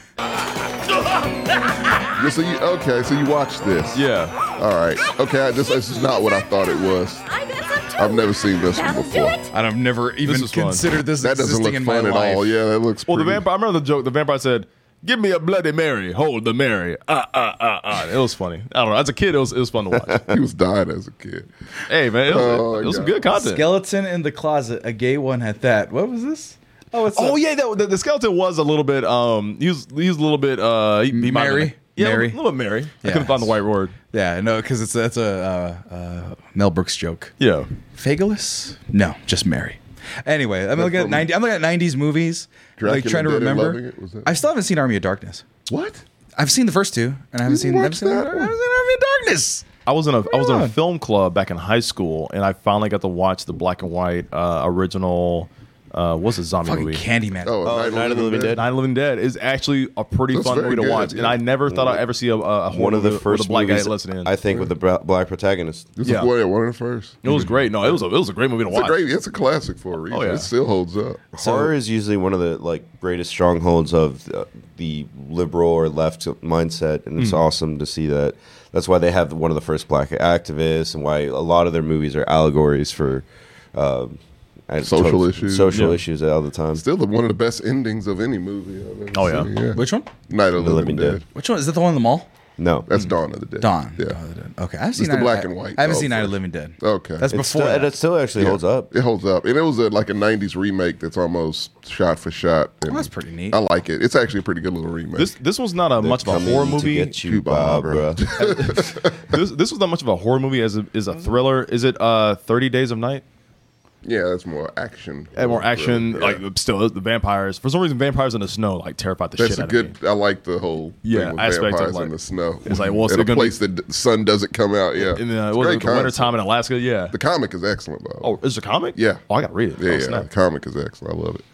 C: Yeah, so you okay? So you watched this?
A: Yeah,
C: All right. Okay. I, this, this is not what I thought it was.
I: I got some too.
C: I've never seen this one
I: That'll do
C: before.
I: it.
E: And I've never even
A: is fun.
E: considered this
C: That doesn't
E: existing
C: look
E: in my
C: fun at
E: life.
C: all. Yeah, that looks.
A: Well, the
C: pretty-
A: vampire. I remember the joke. The vampire said, "Give me a Bloody Mary, hold the Mary." Ah, ah, ah, ah. It was funny. I don't know. As a kid, it was it was fun to watch.
C: He was dying as a kid.
A: hey man, it was,
C: Oh,
A: it was some
C: God.
A: good content.
E: Skeleton in the closet. A gay one at that. What was this? Oh, it's
A: oh
E: a-
A: yeah, that, the, the skeleton was a little bit. Um, he was he was a little bit. Uh, he, he might have
E: Mary?
A: been- Yeah,
E: Mary?
A: a little bit Mary. I
E: Yeah.
A: couldn't find the right word.
E: yeah. No, because it's that's a uh, uh, Mel Brooks joke.
A: Yeah.
E: Fagalus? No, just Mary. Anyway, I'm looking at
C: from-
E: 90. I'm looking at 90s movies. like
C: Dracula
E: trying to
C: Dead and
E: remember.
C: Loving It, was that-
E: I still haven't seen Army of Darkness.
C: What?
E: I've seen the first two, and I haven't seen. I haven't
C: watched
E: seen, I
C: that
E: haven't seen
C: one?
E: Army of Darkness.
A: I was in a I was in
E: Right
A: a
E: on.
A: film club back in high school, and I finally got to watch the black and white uh, original. Uh, what's a zombie
E: Fucking
A: movie?
E: Candyman.
C: Oh,
B: Oh, Night of the Living Dead.
A: Night of the Living Dead is actually a pretty
C: That's
A: fun
C: very
A: movie to
C: good,
A: watch, and
C: yeah. Mm-hmm.
A: I never thought I'd ever see a, a horror
B: one of the
A: movie with
B: first
A: a black guy
B: movies
A: listening in.
B: I think with the bra- black protagonist.
C: This
A: Yeah.
C: is one, one of the first.
A: it was great. No, it was a it was a great movie to
C: It's a
A: watch. Oh,
C: great. It's a classic for a reason.
A: yeah.
C: It still holds up.
B: Horror is usually one of the like greatest strongholds of the, the liberal or left mindset, and it's awesome to see that. That's why they have one of the first black activists, and why a lot of their movies are allegories for um, and
C: Social
B: tot-
C: issues.
B: social
A: Yeah.
B: issues all the time.
C: Still the, one of the best endings of any movie. I've ever
A: Oh, yeah.
C: seen, yeah.
E: Which one?
C: Night of the
B: Living
C: Living Dead.
B: Dead.
E: Which one? Is that the one in the mall?
B: no,
A: Mm.
C: That's Dawn of the Dead.
E: Dawn.
C: Yeah.
E: Dawn of the Dead. Okay, I've seen
C: the
E: Night of-
C: black and white,
E: I haven't
C: though,
E: seen Night of
C: for-
E: the Living Dead.
C: Okay. It's
E: that's before
B: still,
E: that.
B: it still actually
C: Yeah.
B: holds up.
C: It holds up, and it was a, like a '90s remake that's almost shot for shot.
A: Oh,
C: and
E: that's pretty neat.
C: I like it. It's actually a pretty good little remake.
A: This this was not a much of a
B: Coming
A: horror
B: to
A: movie.
B: get you, Barbara.
A: This this was not much of a horror movie as a, is
C: Mm-hmm.
A: a thriller. Is it uh Thirty Days of Night?
C: yeah, that's more action.
A: And more action.
C: Yeah.
A: Like still the vampires. For some reason, vampires in the snow like terrified the
C: that's
A: shit
C: a
A: out of me.
C: good. I like the whole
A: Yeah,
C: thing with
A: aspect of,
C: vampires
A: like-
C: in the snow.
A: It's like, well, so
C: in
A: they're
C: a
A: gonna
C: place
A: be-
C: that the sun doesn't come out. Yeah,
A: In the,
C: It's
A: what
C: great
A: is it, the winter
C: concept.
A: time in Alaska, yeah.
C: The comic is excellent, Bob.
A: Oh, is it a comic?
C: Yeah.
A: Oh, I gotta read it.
C: yeah,
A: Oh,
C: yeah.
A: snap.
C: The comic is excellent. I love it.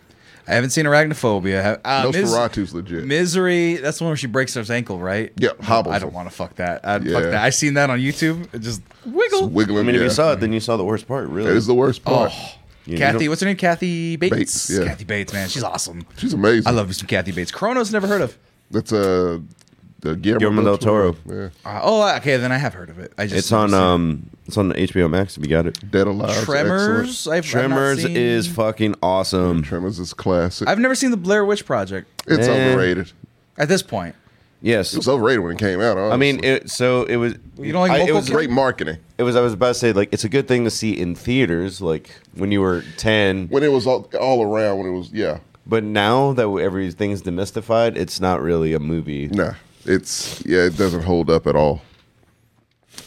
E: I haven't seen Arachnophobia. I- Uh, Mis-
C: Nosferatu's legit.
E: Misery. That's the one where she breaks her ankle, right?
C: Yeah, hobbles
E: I don't
C: him.
E: want to fuck that. I,
C: Yeah.
E: Fuck that. I seen that on YouTube. It
C: It's
E: just wiggle.
C: wiggling.
B: I mean, if
C: yeah.
B: you saw it, then you saw the worst part.
C: That
B: Really,
C: is the
A: oh.
C: worst part.
B: You- you
E: Kathy,
B: don't-
E: what's her name? Kathy Bates.
C: Bates, yeah.
E: Kathy Bates, man, she's awesome.
C: She's amazing.
E: I love you some Kathy Bates. Chronos, never heard of.
C: That's uh, the Guillermo,
B: Guillermo del Toro.
C: Yeah.
E: Uh, oh, okay, then I have heard of it. I just
B: It's on um, it's on HBO Max. If you got it,
C: Dead Alive. is Oh, excellent.
E: Tremors. I've, I've not
B: Tremors
E: seen-
B: is fucking awesome.
C: Tremors is classic.
E: I've never seen the Blair Witch Project.
C: it's
B: Eh.
C: overrated.
E: At this point,
B: Yes,
C: It was overrated when it came out. Honestly.
B: I mean, it, so it was.
E: You don't like
B: I- it
E: local
B: was
E: kid?
C: great marketing.
B: It was. I was about to say, like, it's a good thing to see in theaters, like when you were ten.
C: When it was all, all around, when it was yeah,
B: But now that everything's demystified, it's not really a movie.
C: nah, it's yeah, it doesn't hold up at all.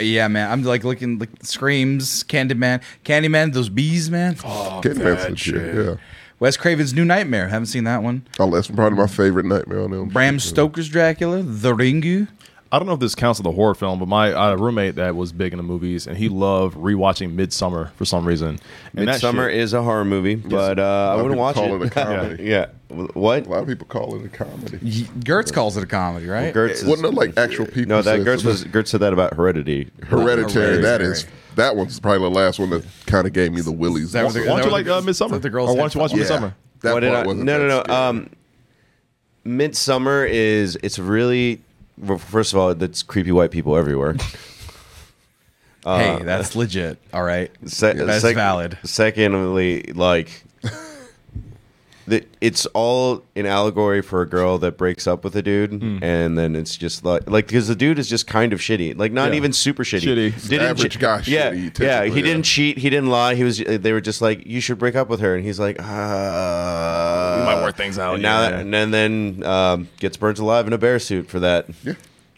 E: yeah, man, I'm like looking like screams, Candyman, Candyman, those bees, man.
C: Can't mess with you, Yeah.
E: Wes Craven's New Nightmare. Haven't seen that one.
C: Oh, that's probably my favorite nightmare on Elm
E: Bram
C: Street.
E: Stoker's Dracula, The Ringu.
A: I don't know if this counts as the horror film, but my uh, roommate that was big into movies and he loved rewatching Midsummer for some reason. And that
B: Midsummer
A: shit-
B: is a horror movie, but uh, I
C: lot of
B: wouldn't
C: people
B: watch
C: call
B: it.
C: it a comedy.
B: yeah. What?
C: A lot of people call it a comedy.
E: Y- Gertz calls it a comedy, right?
B: Gertz is,
C: Well, no, like actual people.
B: no, that
C: said
B: Gertz
C: so.
B: was Gertz said that about Heredity.
C: hereditary. That is.
E: Hereditary.
C: That one's probably the last one that kind of gave me the willies.
E: That
C: That
E: was
C: was
E: a-
A: Why don't you like uh,
E: the-
A: Midsummer?
E: the girl's
A: or why don't you
E: head
A: watch
E: fell off.
A: Midsummer?
C: um, That
B: What did
C: part
B: I-
C: wasn't
B: no, no,
C: that
B: no.
C: scary.
B: Um, Midsummer is it's really well, first of all that's creepy white people everywhere.
C: uh,
E: Hey, that's legit. All right.
B: Se-
E: That's
B: sec-
E: valid.
B: Secondly, like that it's all an allegory for a girl that breaks up with a dude,
A: Hmm.
B: and then it's just like like because the dude is just kind of shitty, like not
A: Yeah.
B: even super shitty.
A: Shitty.
C: Average guy
B: yeah,
C: shitty,
B: yeah.
C: typically,
B: He didn't
C: yeah.
B: cheat. He didn't lie. He was. They were just like, you should break up with her, and he's like, uh,
A: You might work things out.
B: And now,
A: yeah.
B: that- and then, then um, gets burnt alive in a bear suit for that.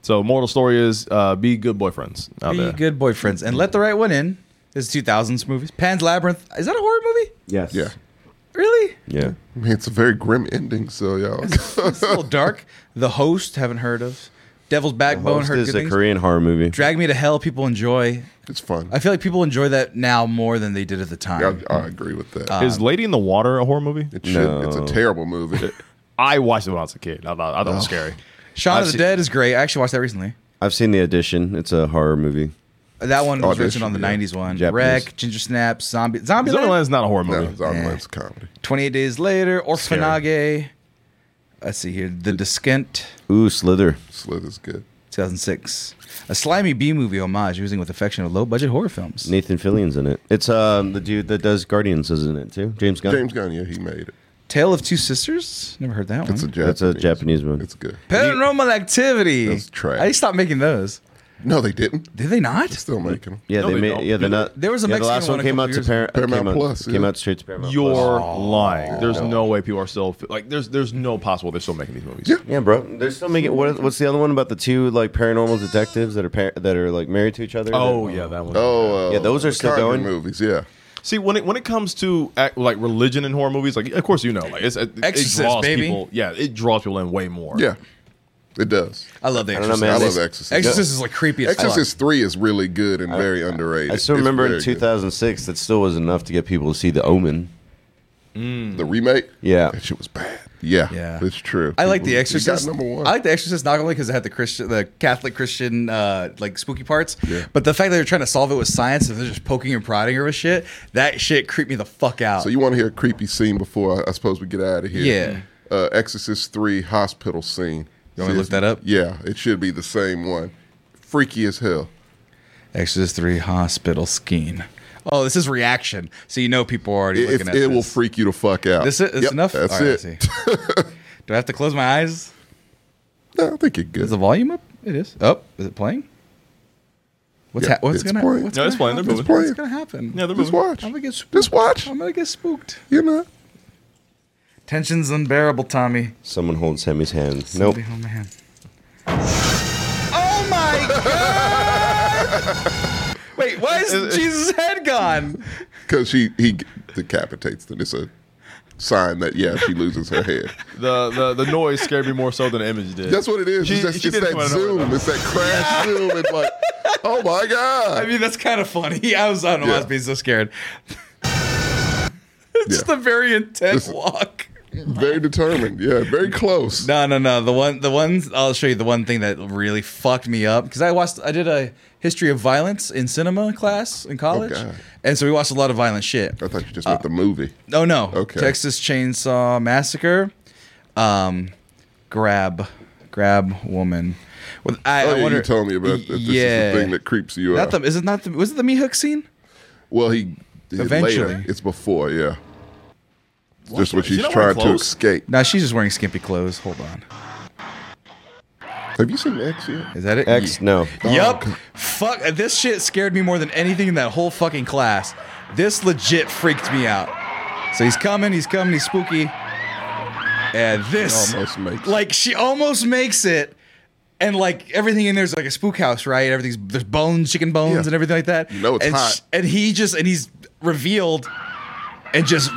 A: so moral story is uh, be good boyfriends out
E: Be
A: there.
E: good boyfriends and let the right one in. This is 2000s movies. Pan's Labyrinth. Is that a horror movie?
H: Yes.
C: Yeah.
E: Really?
B: Yeah,
C: I mean, it's a very grim ending, so y'all.
E: It's a little dark. The Host, haven't heard of. Devil's Backbone,
B: Host
E: heard
B: is
E: good
B: a
E: things.
B: Korean horror movie.
E: Drag Me to Hell, people enjoy.
C: it's fun.
E: I feel like people enjoy that now more than they did at the time.
C: I, I agree with that.
B: Uh,
A: is Lady in the Water a horror movie?
C: it should, It's a terrible movie.
A: I watched it when I was a kid. I thought, I thought it was scary.
E: Shaun
A: I've
E: of the
A: seen-
E: Dead is great. I actually watched that recently.
B: I've seen the edition. It's a horror movie.
E: That one
B: Oh,
E: was
C: Audition,
E: written on the
C: yeah.
E: '90s one.
B: Japanese.
E: Wreck, Ginger Snap, Zombie, Zombie.
A: Zombieland is not a horror
C: No,
A: movie.
C: it's all it's comedy.
E: Twenty-eight Days Later, Orphanage. Let's see here, The Descent,
B: Ooh, Slither.
C: Slither's good.
E: 2006. A slimy B movie homage, using with affection of low-budget horror films.
B: Nathan Fillion's in it. It's um, the dude that does Guardians, isn't it? Too James Gunn.
C: James Gunn, yeah, he made it.
E: Tale of Two Sisters. Never heard that
C: It's a
E: one.
C: Japanese.
B: That's Mm-hmm. a Japanese movie.
C: It's good.
E: Paranormal Activity.
C: That's trash.
E: I stopped making those.
C: No, they didn't.
E: Did they not?
C: Still making them.
B: Mm-hmm. yeah,
A: No,
B: they
A: they
B: made.
A: don't.
B: Yeah, they're not.
E: There was a
B: yeah, the
E: Mexican
B: last one
E: one a
B: came
E: couple
B: out to
E: years
B: Par-
E: ago.
B: came
C: Paramount
B: out,
C: Plus, yeah.
B: Came out straight to Paramount.
A: You're
B: Plus.
A: lying. There's no. way people are still like. There's there's no possible they're still making these movies.
C: Yeah.
B: Yeah, bro. They're still making. What, what's the other one about the two like paranormal detectives that are par- that are like married to each other?
A: Oh
B: That-
A: yeah, that one.
C: Oh, uh,
B: Yeah, those are still
C: Conjuring
B: going.
C: Movies, yeah.
A: See when it when it comes to act, like religion and horror movies, like of course you know, like it's, it, it
E: Exorcist,
A: draws
E: baby.
A: people. Yeah, it draws people in way more.
C: Yeah, it does.
E: I love the
B: I don't know,
E: Exorcist.
B: man.
C: I
B: They-
C: love Exorcist.
E: Exorcist is like creepy as fuck.
C: Exorcist Three is really good and very underrated.
B: I still
C: It's
B: remember in
C: very good.
B: 2006 that still was enough to get people to see The Omen.
C: the remake.
B: Yeah.
C: that shit was bad. Yeah,
E: Yeah.
C: it's true.
E: I like The
C: People-
E: Exorcist.
C: You got number one.
E: I like The Exorcist not only because it had the Christian, the Catholic Christian, uh, like spooky parts, but the fact that they're trying to solve it with science and they're just poking and prodding her with shit, that shit creeped me the fuck out.
C: so you want to hear a creepy scene before I, I suppose we get out of here?
E: Yeah.
C: Uh, Exorcist Three hospital scene.
E: You want me to
C: See,
E: look that up?
C: Yeah, it should be the same one. Freaky as hell.
E: Exorcist Three Hospital Skein. Oh, this is reaction. So you know people are already
C: It,
E: looking
C: it,
E: at
C: it
E: this.
C: will freak you the fuck out.
E: This is it's
C: Yep,
E: enough.
C: That's
E: All
C: it.
E: right, let's see. Do I have to close my eyes?
C: No, I think you're
E: Is
C: good.
E: the volume up? It is. Up? is it playing? What's
C: Yeah,
E: ha- what's
C: it's
E: gonna
C: playing.
E: what's
A: No, it's
E: gonna
A: playing. They're
E: happen?
A: moving.
E: What's
C: It's
E: gonna happen?
A: Yeah, they're
C: Just
A: moving.
C: watch.
E: I'm gonna get spooked.
C: Just watch.
E: I'm gonna get spooked.
C: You know.
E: Tension's unbearable, Tommy.
B: Someone holds Sammy's hand. Nope.
E: Somebody hold my hand.
H: Oh my!
E: Wait, why is Jesus' head gone?
C: Because she he decapitates them. It's a sign that yeah she loses her head.
A: The, the the noise scared me more so than the image did.
C: That's what it is.
A: She-
C: it's just,
A: she
C: it's
A: did
C: that
A: come out of nowhere,
C: zoom.
A: though.
C: It's that crash zoom. It's like oh my god.
E: I mean, that's kind of funny. I was, I don't know why I was
C: Yeah.
E: being so scared. it's
C: Yeah.
E: the very intense
C: This-
E: walk.
C: very determined. Yeah, very close.
E: No, no, no. The one, the ones. I'll show you the one thing that really fucked me up because I watched. I did a history of violence in cinema class in college,
C: God.
E: and so we watched a lot of violent shit.
C: I thought you just meant the movie.
E: Oh no!
C: Okay.
E: Texas Chainsaw Massacre. Um, grab, grab woman. With I,
C: Oh,
E: I
C: yeah,
E: wonder,
C: you told me about that. This
E: yeah.
C: is the thing that uh, creeps you
E: Not
C: out.
E: the is it not the was it the me hook scene?
C: well, he he-
E: Eventually.
C: later. It's before. Yeah. It's just what
A: Is she
C: she's
A: not
C: trying
A: wearing
C: to
A: clothes?
C: escape.
E: No, she's just wearing skimpy clothes. Hold on,
C: Have you seen X yet?
E: is that it?
B: X. No.
E: Yup. Fuck. This shit scared me more than anything in that whole fucking class. This legit freaked me out. So he's coming. He's coming. He's spooky. And this
C: Almost makes
E: like she almost makes it and like everything in there's like a spook house right everything's there's bones chicken bones
C: Yeah.
E: and everything like that
C: You know it's
E: and
C: hot.
E: sh- and he just and he's revealed and just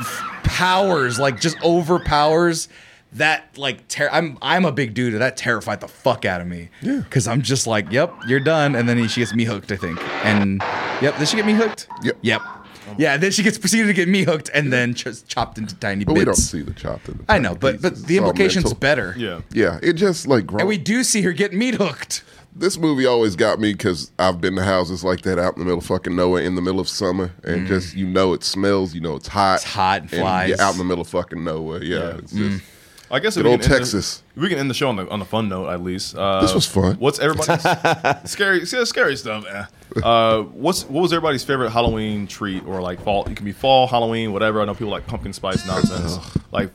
E: powers like just overpowers that like ter- I'm I'm a big dude and that terrified the fuck out of me
C: Yeah.
E: because I'm just like yep you're done and then he, she gets me hooked I think and yep did she get me hooked
C: Yep.
E: yep yeah then she gets proceeded to get me hooked and then just chopped into tiny
C: But
E: bits
C: we don't see the chopped. in the
E: I know but
C: pieces.
E: but the
C: It's all
E: implication's
C: mental.
E: better
A: yeah.
C: Yeah, it just like grown.
E: and we do see her get meat hooked.
C: this movie always got me because I've been to houses like that out in the middle of fucking nowhere in the middle of summer, and just you know it smells, you know it's hot,
E: Mm. It's hot and flies. Mm,
C: you're out in the middle of fucking nowhere. Yeah,
A: Yeah.
C: it's just,
A: I guess
C: Good
A: we
C: old
A: can end
C: Texas.
A: The, we can end the show on the on the fun note at least. Uh,
C: This was fun.
A: What's everybody's scary? see, that's Scary stuff. eh. Uh, what's what was everybody's favorite Halloween treat or like fall? It can be fall, Halloween, whatever. I know people like pumpkin spice nonsense, like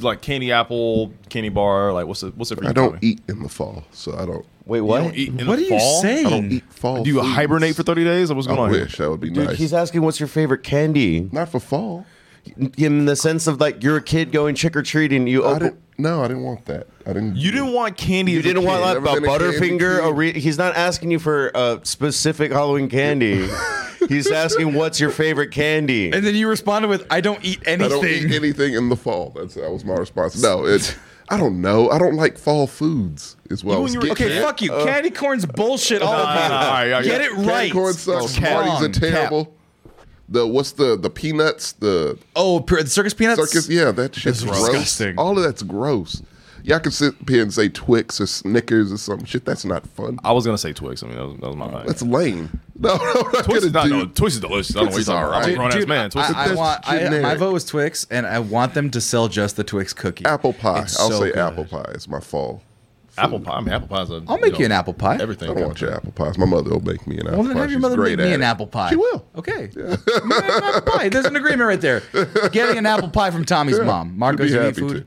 A: like candy apple, candy bar. Like what's it? What's it? For you,
C: I don't
A: Tommy?
C: eat in the fall, so I don't.
B: Wait,
A: You
B: what?
A: don't eat in
E: what
A: the
E: are you
A: fall?
E: saying?
C: I don't eat fall.
A: Do you
C: foods.
A: hibernate for thirty days? Or what's going
C: I
A: on? here?
C: wish that would be
B: Dude,
C: nice.
B: he's asking what's your favorite candy.
C: Not for fall.
B: in the sense of like you're a kid going trick or treating. You
C: I
B: open,
C: didn't. No, I didn't want that. I didn't.
A: You didn't want candy.
B: You
A: as a
B: didn't want
A: kid.
B: like
C: Never
B: a
C: been a candy
B: Butterfinger.
C: kid.
B: A re- he's not asking you for a specific Halloween candy. he's asking what's your favorite candy.
E: And then you responded with, "I don't eat anything."
C: I don't eat anything in the fall. That's that was my response. No, it's I don't know. I don't like fall foods. Is what I was
A: when you were-
C: getting
E: okay,
C: at.
E: fuck you. candy corn's bullshit. All
A: Nah, nah,
E: of
A: nah, all right, all right,
E: you. Get
A: yeah.
E: it Oh,
C: Candy
E: right.
C: corn sucks.
A: Cap.
C: Parties
A: Wrong.
C: are terrible. The what's the the peanuts the
E: Oh, pure- the circus peanuts.
C: circus? Yeah, that shit's
E: That's
C: gross.
E: disgusting.
C: All of that's gross. Y'all can sit here and say Twix or Snickers or something. Shit, that's not fun.
A: I was gonna say Twix. I mean, that was, that was
E: Oh,
A: my thing.
C: That's lame. No, no, I'm not
A: Twix
C: gonna
A: is not.
C: do-
A: No, Twix is delicious. I don't know what
C: Twix
A: you're talking
C: is
A: about. I'm
C: alright.
A: a grown ass
E: Dude,
A: man. Twix
E: I,
A: is
E: I
C: that's
E: want. I, my
C: generic.
E: vote was Twix, and I want them to sell just the Twix cookie.
C: apple pie.
E: It's
C: I'll
E: so
C: say
E: good.
C: apple pie. It's my fall.
A: apple pie. I mean, apple pie's. A,
E: I'll make you an apple pie.
A: Everything.
C: I don't want your apple pies. My mother will make me an apple
E: Well,
C: pie.
E: then have your
C: She's
E: mother
C: great
E: make me
C: at
E: an
C: it.
E: apple pie.
C: She will.
E: Okay. You make an apple pie. There's an agreement right there. Getting an apple pie from Tommy's mom. Marcos,
C: be
E: you eat
C: happy
E: food?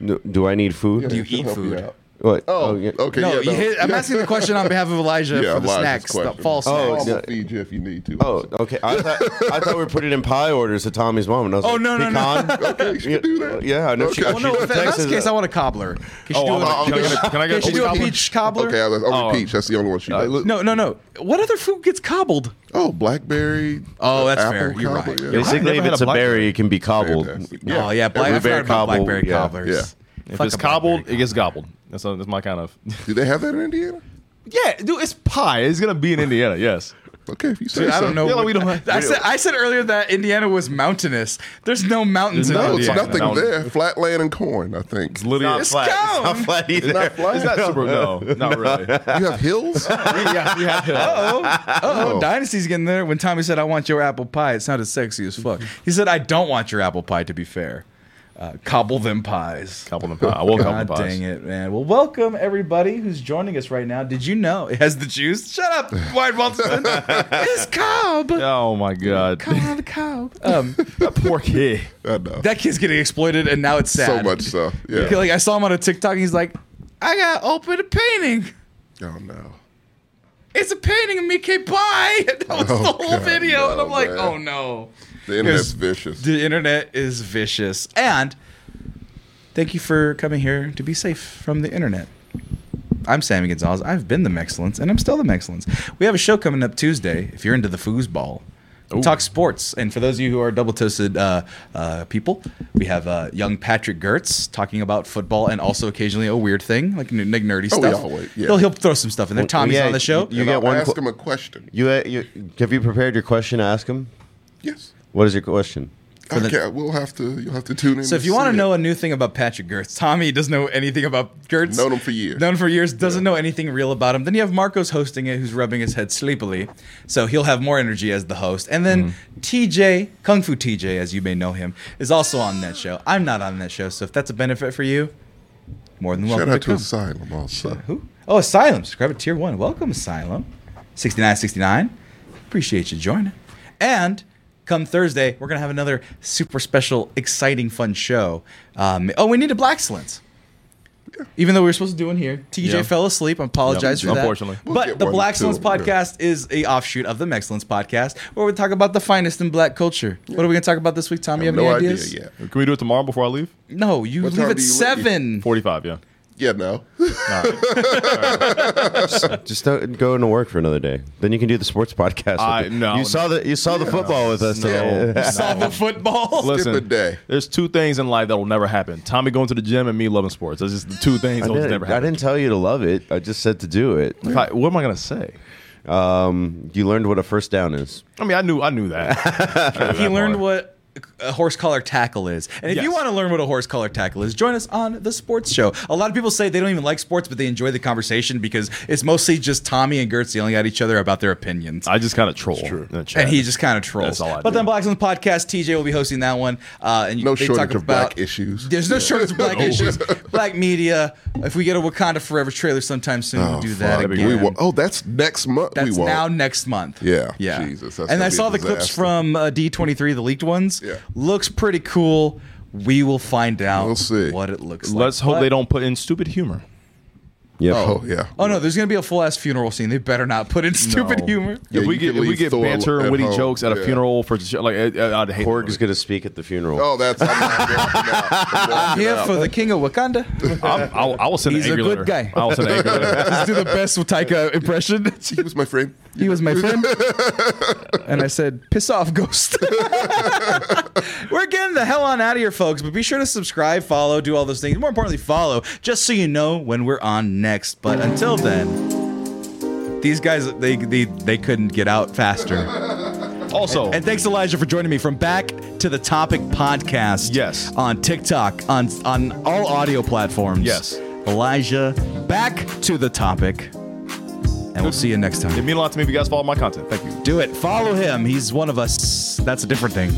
B: No, do I need food?
E: Do you
C: She'll
E: eat
C: help you
E: food?
C: out.
B: What?
C: Oh,
B: yeah.
C: okay.
E: No,
C: yeah,
E: you hit- I'm asking the question on behalf of Elijah
C: Yeah,
E: for the
C: Elijah's
E: snacks, the
C: question.
E: fall
B: Oh,
E: snacks.
B: yeah.
C: I'll feed you if you need to.
B: Oh, okay. I thought, I thought we were putting in pie orders to Tommy's mom. And I was
E: Oh,
B: like,
E: no, no, no.
B: pecan? no.
C: Okay, you should do that.
B: Yeah, I know. She,
C: Okay.
E: Well, no,
B: she's
E: if
B: from
E: that- in
B: Texas. uh,
E: this case, I want a cobbler. Can she
A: Oh,
E: do
A: I'm-
E: a-
A: I'm- can I get a- can I get
E: Can
A: a
E: she do a
A: cobbler?
E: peach cobbler?
C: Okay, I was only
A: Oh.
C: peach. That's the only one she
A: Uh,
C: likes.
A: look-
E: No, no, no. What other food gets cobbled?
C: Oh, blackberry.
E: Oh,
C: uh,
E: that's
C: apple
E: fair.
C: cobbler,
E: You're right.
C: yeah.
A: You're I've
B: Basically,
A: never
B: if
A: had
B: it's
A: a
B: a berry,
A: blackberry.
B: it can be cobbled.
C: Fantastic.
E: Oh yeah, black, I forgot
B: Blueberry
E: about
B: cobble,
E: blackberry
B: yeah,
E: cobblers.
C: yeah.
A: If
E: Fuck
A: it's
E: a blackberry
A: cobbled, it gets gobbled. That's, a, that's my kind of.
C: Do they have that in Indiana?
A: Yeah, dude, it's pie. It's gonna be in Indiana. Yes.
C: Okay, if you say
E: Dude, I
C: so.
E: don't know.
A: Yeah, like
E: what-
A: we don't have-
E: I said I said earlier that Indiana was mountainous. There's no mountains
A: There's
E: in
A: no-
C: No, it's
E: Indiana.
A: Yeah,
C: nothing
A: no.
C: there. Flat land and corn, I think.
A: It's literally.
B: It's flat. It's not
E: gone.
B: flat either.
A: It's not super. No, not really.
C: You have hills?
A: Yeah, we have hill.
E: Oh, oh,
C: Oh.
E: Dynasty's getting there. When Tommy said, "I want your apple pie," it sounded sexy as fuck. He said, "I don't want your apple pie." To be fair, uh, cobble them pies.
A: Couple of pie. I will couple
E: God
A: of pies.
E: dang it, man. Well, welcome everybody who's joining us right now. Did you know it has the juice? Shut up, Wide Walton. it's cob.
A: Oh my god.
E: Cob, cob. Um,
A: that poor kid.
C: I know.
E: that kid's getting exploited, and now it's sad.
C: So much stuff. Yeah.
E: Like I saw him on a TikTok, and he's like, "I got open a painting.
C: oh, no.
E: It's a painting of me, K. Pie." And that was
C: Oh,
E: the whole
C: God,
E: video, and
C: no,
E: I'm like,
C: man.
E: "Oh no."
C: The internet's
E: Yes.
C: vicious.
E: The internet is vicious. And thank you for coming here to be safe from the internet. I'm Sammy Gonzalez. I've been the Mexcellence, and I'm still the Mexcellence. We have a show coming up Tuesday. If you're into the foosball, we talk sports. And for those of you who are double toasted uh, uh, people, we have uh, young Patrick Gertz talking about football and also occasionally a weird thing like, n- like nerdy
C: Oh,
E: stuff.
C: yeah, wait, yeah.
E: He'll he'll throw some stuff in there. Tommy's
B: yeah,
E: on the show.
B: you-
C: And
B: get
C: I'll
B: one
C: Ask
B: qu-
C: him a question.
B: You, uh, you have you prepared your question to ask him?
C: Yes.
B: What is your question?
E: the-
C: Okay, we'll have to. You'll have to tune in.
E: So if you
C: see
E: want
C: it.
E: to know a new thing about Patrick Gertz, Tommy doesn't know anything about Gertz.
C: Known him for years.
E: Known him for years, doesn't know anything real about him. Then you have Marcos hosting it, who's rubbing his head sleepily. So he'll have more energy as the host. And then
C: Mm-hmm.
E: TJ, Kung Fu TJ, as you may know him, is also on that show. I'm not on that show, so if that's a benefit for you, more than welcome
C: shout out to
E: come.
C: Asylum also.
E: Who? Oh, Asylum. Subscribe to Tier 1. Welcome, Asylum. 6969. Appreciate you joining. And come Thursday, we're going to have another super special, exciting, fun show. Um, oh, we need a Black Slins. Even though we were supposed to do one here, TJ
A: Yeah.
E: fell asleep. I apologize
A: Yep,
E: for that.
A: unfortunately.
C: We'll
E: but
C: get
E: the
C: one
E: Black Excellence
C: too, yeah.
E: podcast is a offshoot of the Excellence podcast, where we talk about the finest in Black culture. What are we going to talk about this week, Tom? You have any
C: no
E: ideas?
C: idea yet.
A: Can we do it tomorrow before I leave?
E: No, you
C: What
E: leave
C: time
E: at
C: do you leave?
E: seven.
A: Forty-five. Yeah.
C: Yeah, no.
B: Just don't go into work for another day. Then you can do the sports podcast. with
A: I-
B: it.
A: no,
B: You saw the you saw the football with us today.
E: Saw the football.
A: Listen,
C: a day.
A: there's two things in life that will never happen: Tommy going to the gym and me loving sports. That's just the two things
B: I
A: that will
B: didn't,
A: never
B: I
A: happen.
B: didn't tell you to love it. I just said to do it.
A: If I- what am I gonna say?
B: Um, you learned what a first down is.
A: I mean, I knew, I knew that. I knew
E: He
A: that
E: learned
A: part.
E: what a horse collar tackle is. And if you
A: Yes.
E: want to learn what a horse collar tackle is, join us on the sports show. A lot of people say they don't even like sports, but they enjoy the conversation because it's mostly just Tommy and Gertz yelling at each other about their opinions.
A: I just kind of troll. in the chat.
E: and he just kind of trolls.
A: That's all I
E: but
A: do.
E: then Black Zones Podcast, TJ will be hosting that one. Uh, and you-
C: No
E: they
C: shortage
E: talk
C: of
E: about,
C: black issues.
E: There's no shortage of black issues. Black media. If we get a Wakanda Forever trailer sometime soon, we'll do that
C: Oh, fuck.
E: again.
C: We won't. Oh, that's next month.
E: That's
C: we won't.
E: now next month.
C: Yeah.
E: yeah.
C: Jesus, that's
E: and
C: gonna
E: I
C: be a
E: saw the clips
C: disaster.
E: from uh, D23, the leaked ones.
C: Yeah.
E: looks pretty cool. We will find out.
C: We'll see.
E: what it looks like.
A: Let's hope
E: But
A: they don't put in stupid humor.
B: Yep.
C: Oh yeah.
E: Oh no, there's gonna be a full ass funeral scene. They better not put in stupid humor.
C: Yeah,
A: if we
C: you
A: get
C: could
A: if we
C: leave
A: get
C: Thor
A: banter and
C: at
A: witty
C: home.
A: jokes at a
C: Yeah.
A: funeral for sh- like I, I, I'd hate. that
B: Korg is
A: movie.
B: going to speak at the funeral.
C: Oh, that's. I'm not walking out. I'm walking
E: Here
C: out.
E: for the king of Wakanda.
A: I'm, I'll, I will send
H: He's
A: an
H: a
A: angry
H: good
A: letter.
H: guy.
A: I will send an angry letter.
H: Let's do the best Taika impression.
C: He was my friend.
H: he was my friend, and I said, "Piss off, ghost."
E: We're getting the hell on out of here, folks. But be sure to subscribe, follow, do all those things. More importantly, follow just so you know when we're on next. But until then, these guys they they, they couldn't get out faster.
A: Also,
E: And thanks Elijah for joining me from back to the topic podcast.
A: Yes.
E: on TikTok, on on all audio platforms.
A: Yes.
E: Elijah, back to the topic, and we'll see you next
A: it
E: time.
A: means a lot to me if you guys follow my content. Thank you.
E: Do it. Follow him. He's one of us. That's a different thing.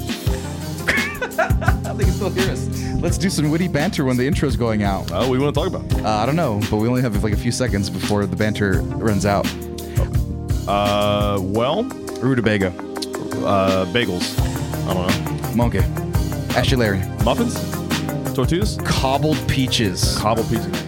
H: they can still hear us. Let's do some witty banter when the intro's going out.
A: Uh, what do you want to talk about?
H: Uh, I don't know, but we only have like a few seconds before the banter runs out.
A: Uh, well,
H: Rutabaga,
A: uh, bagels. I don't
H: monkey, Ashley Larry,
A: know. Muffins? Tortillas?
H: cobbled peaches.
A: Cobble pizza.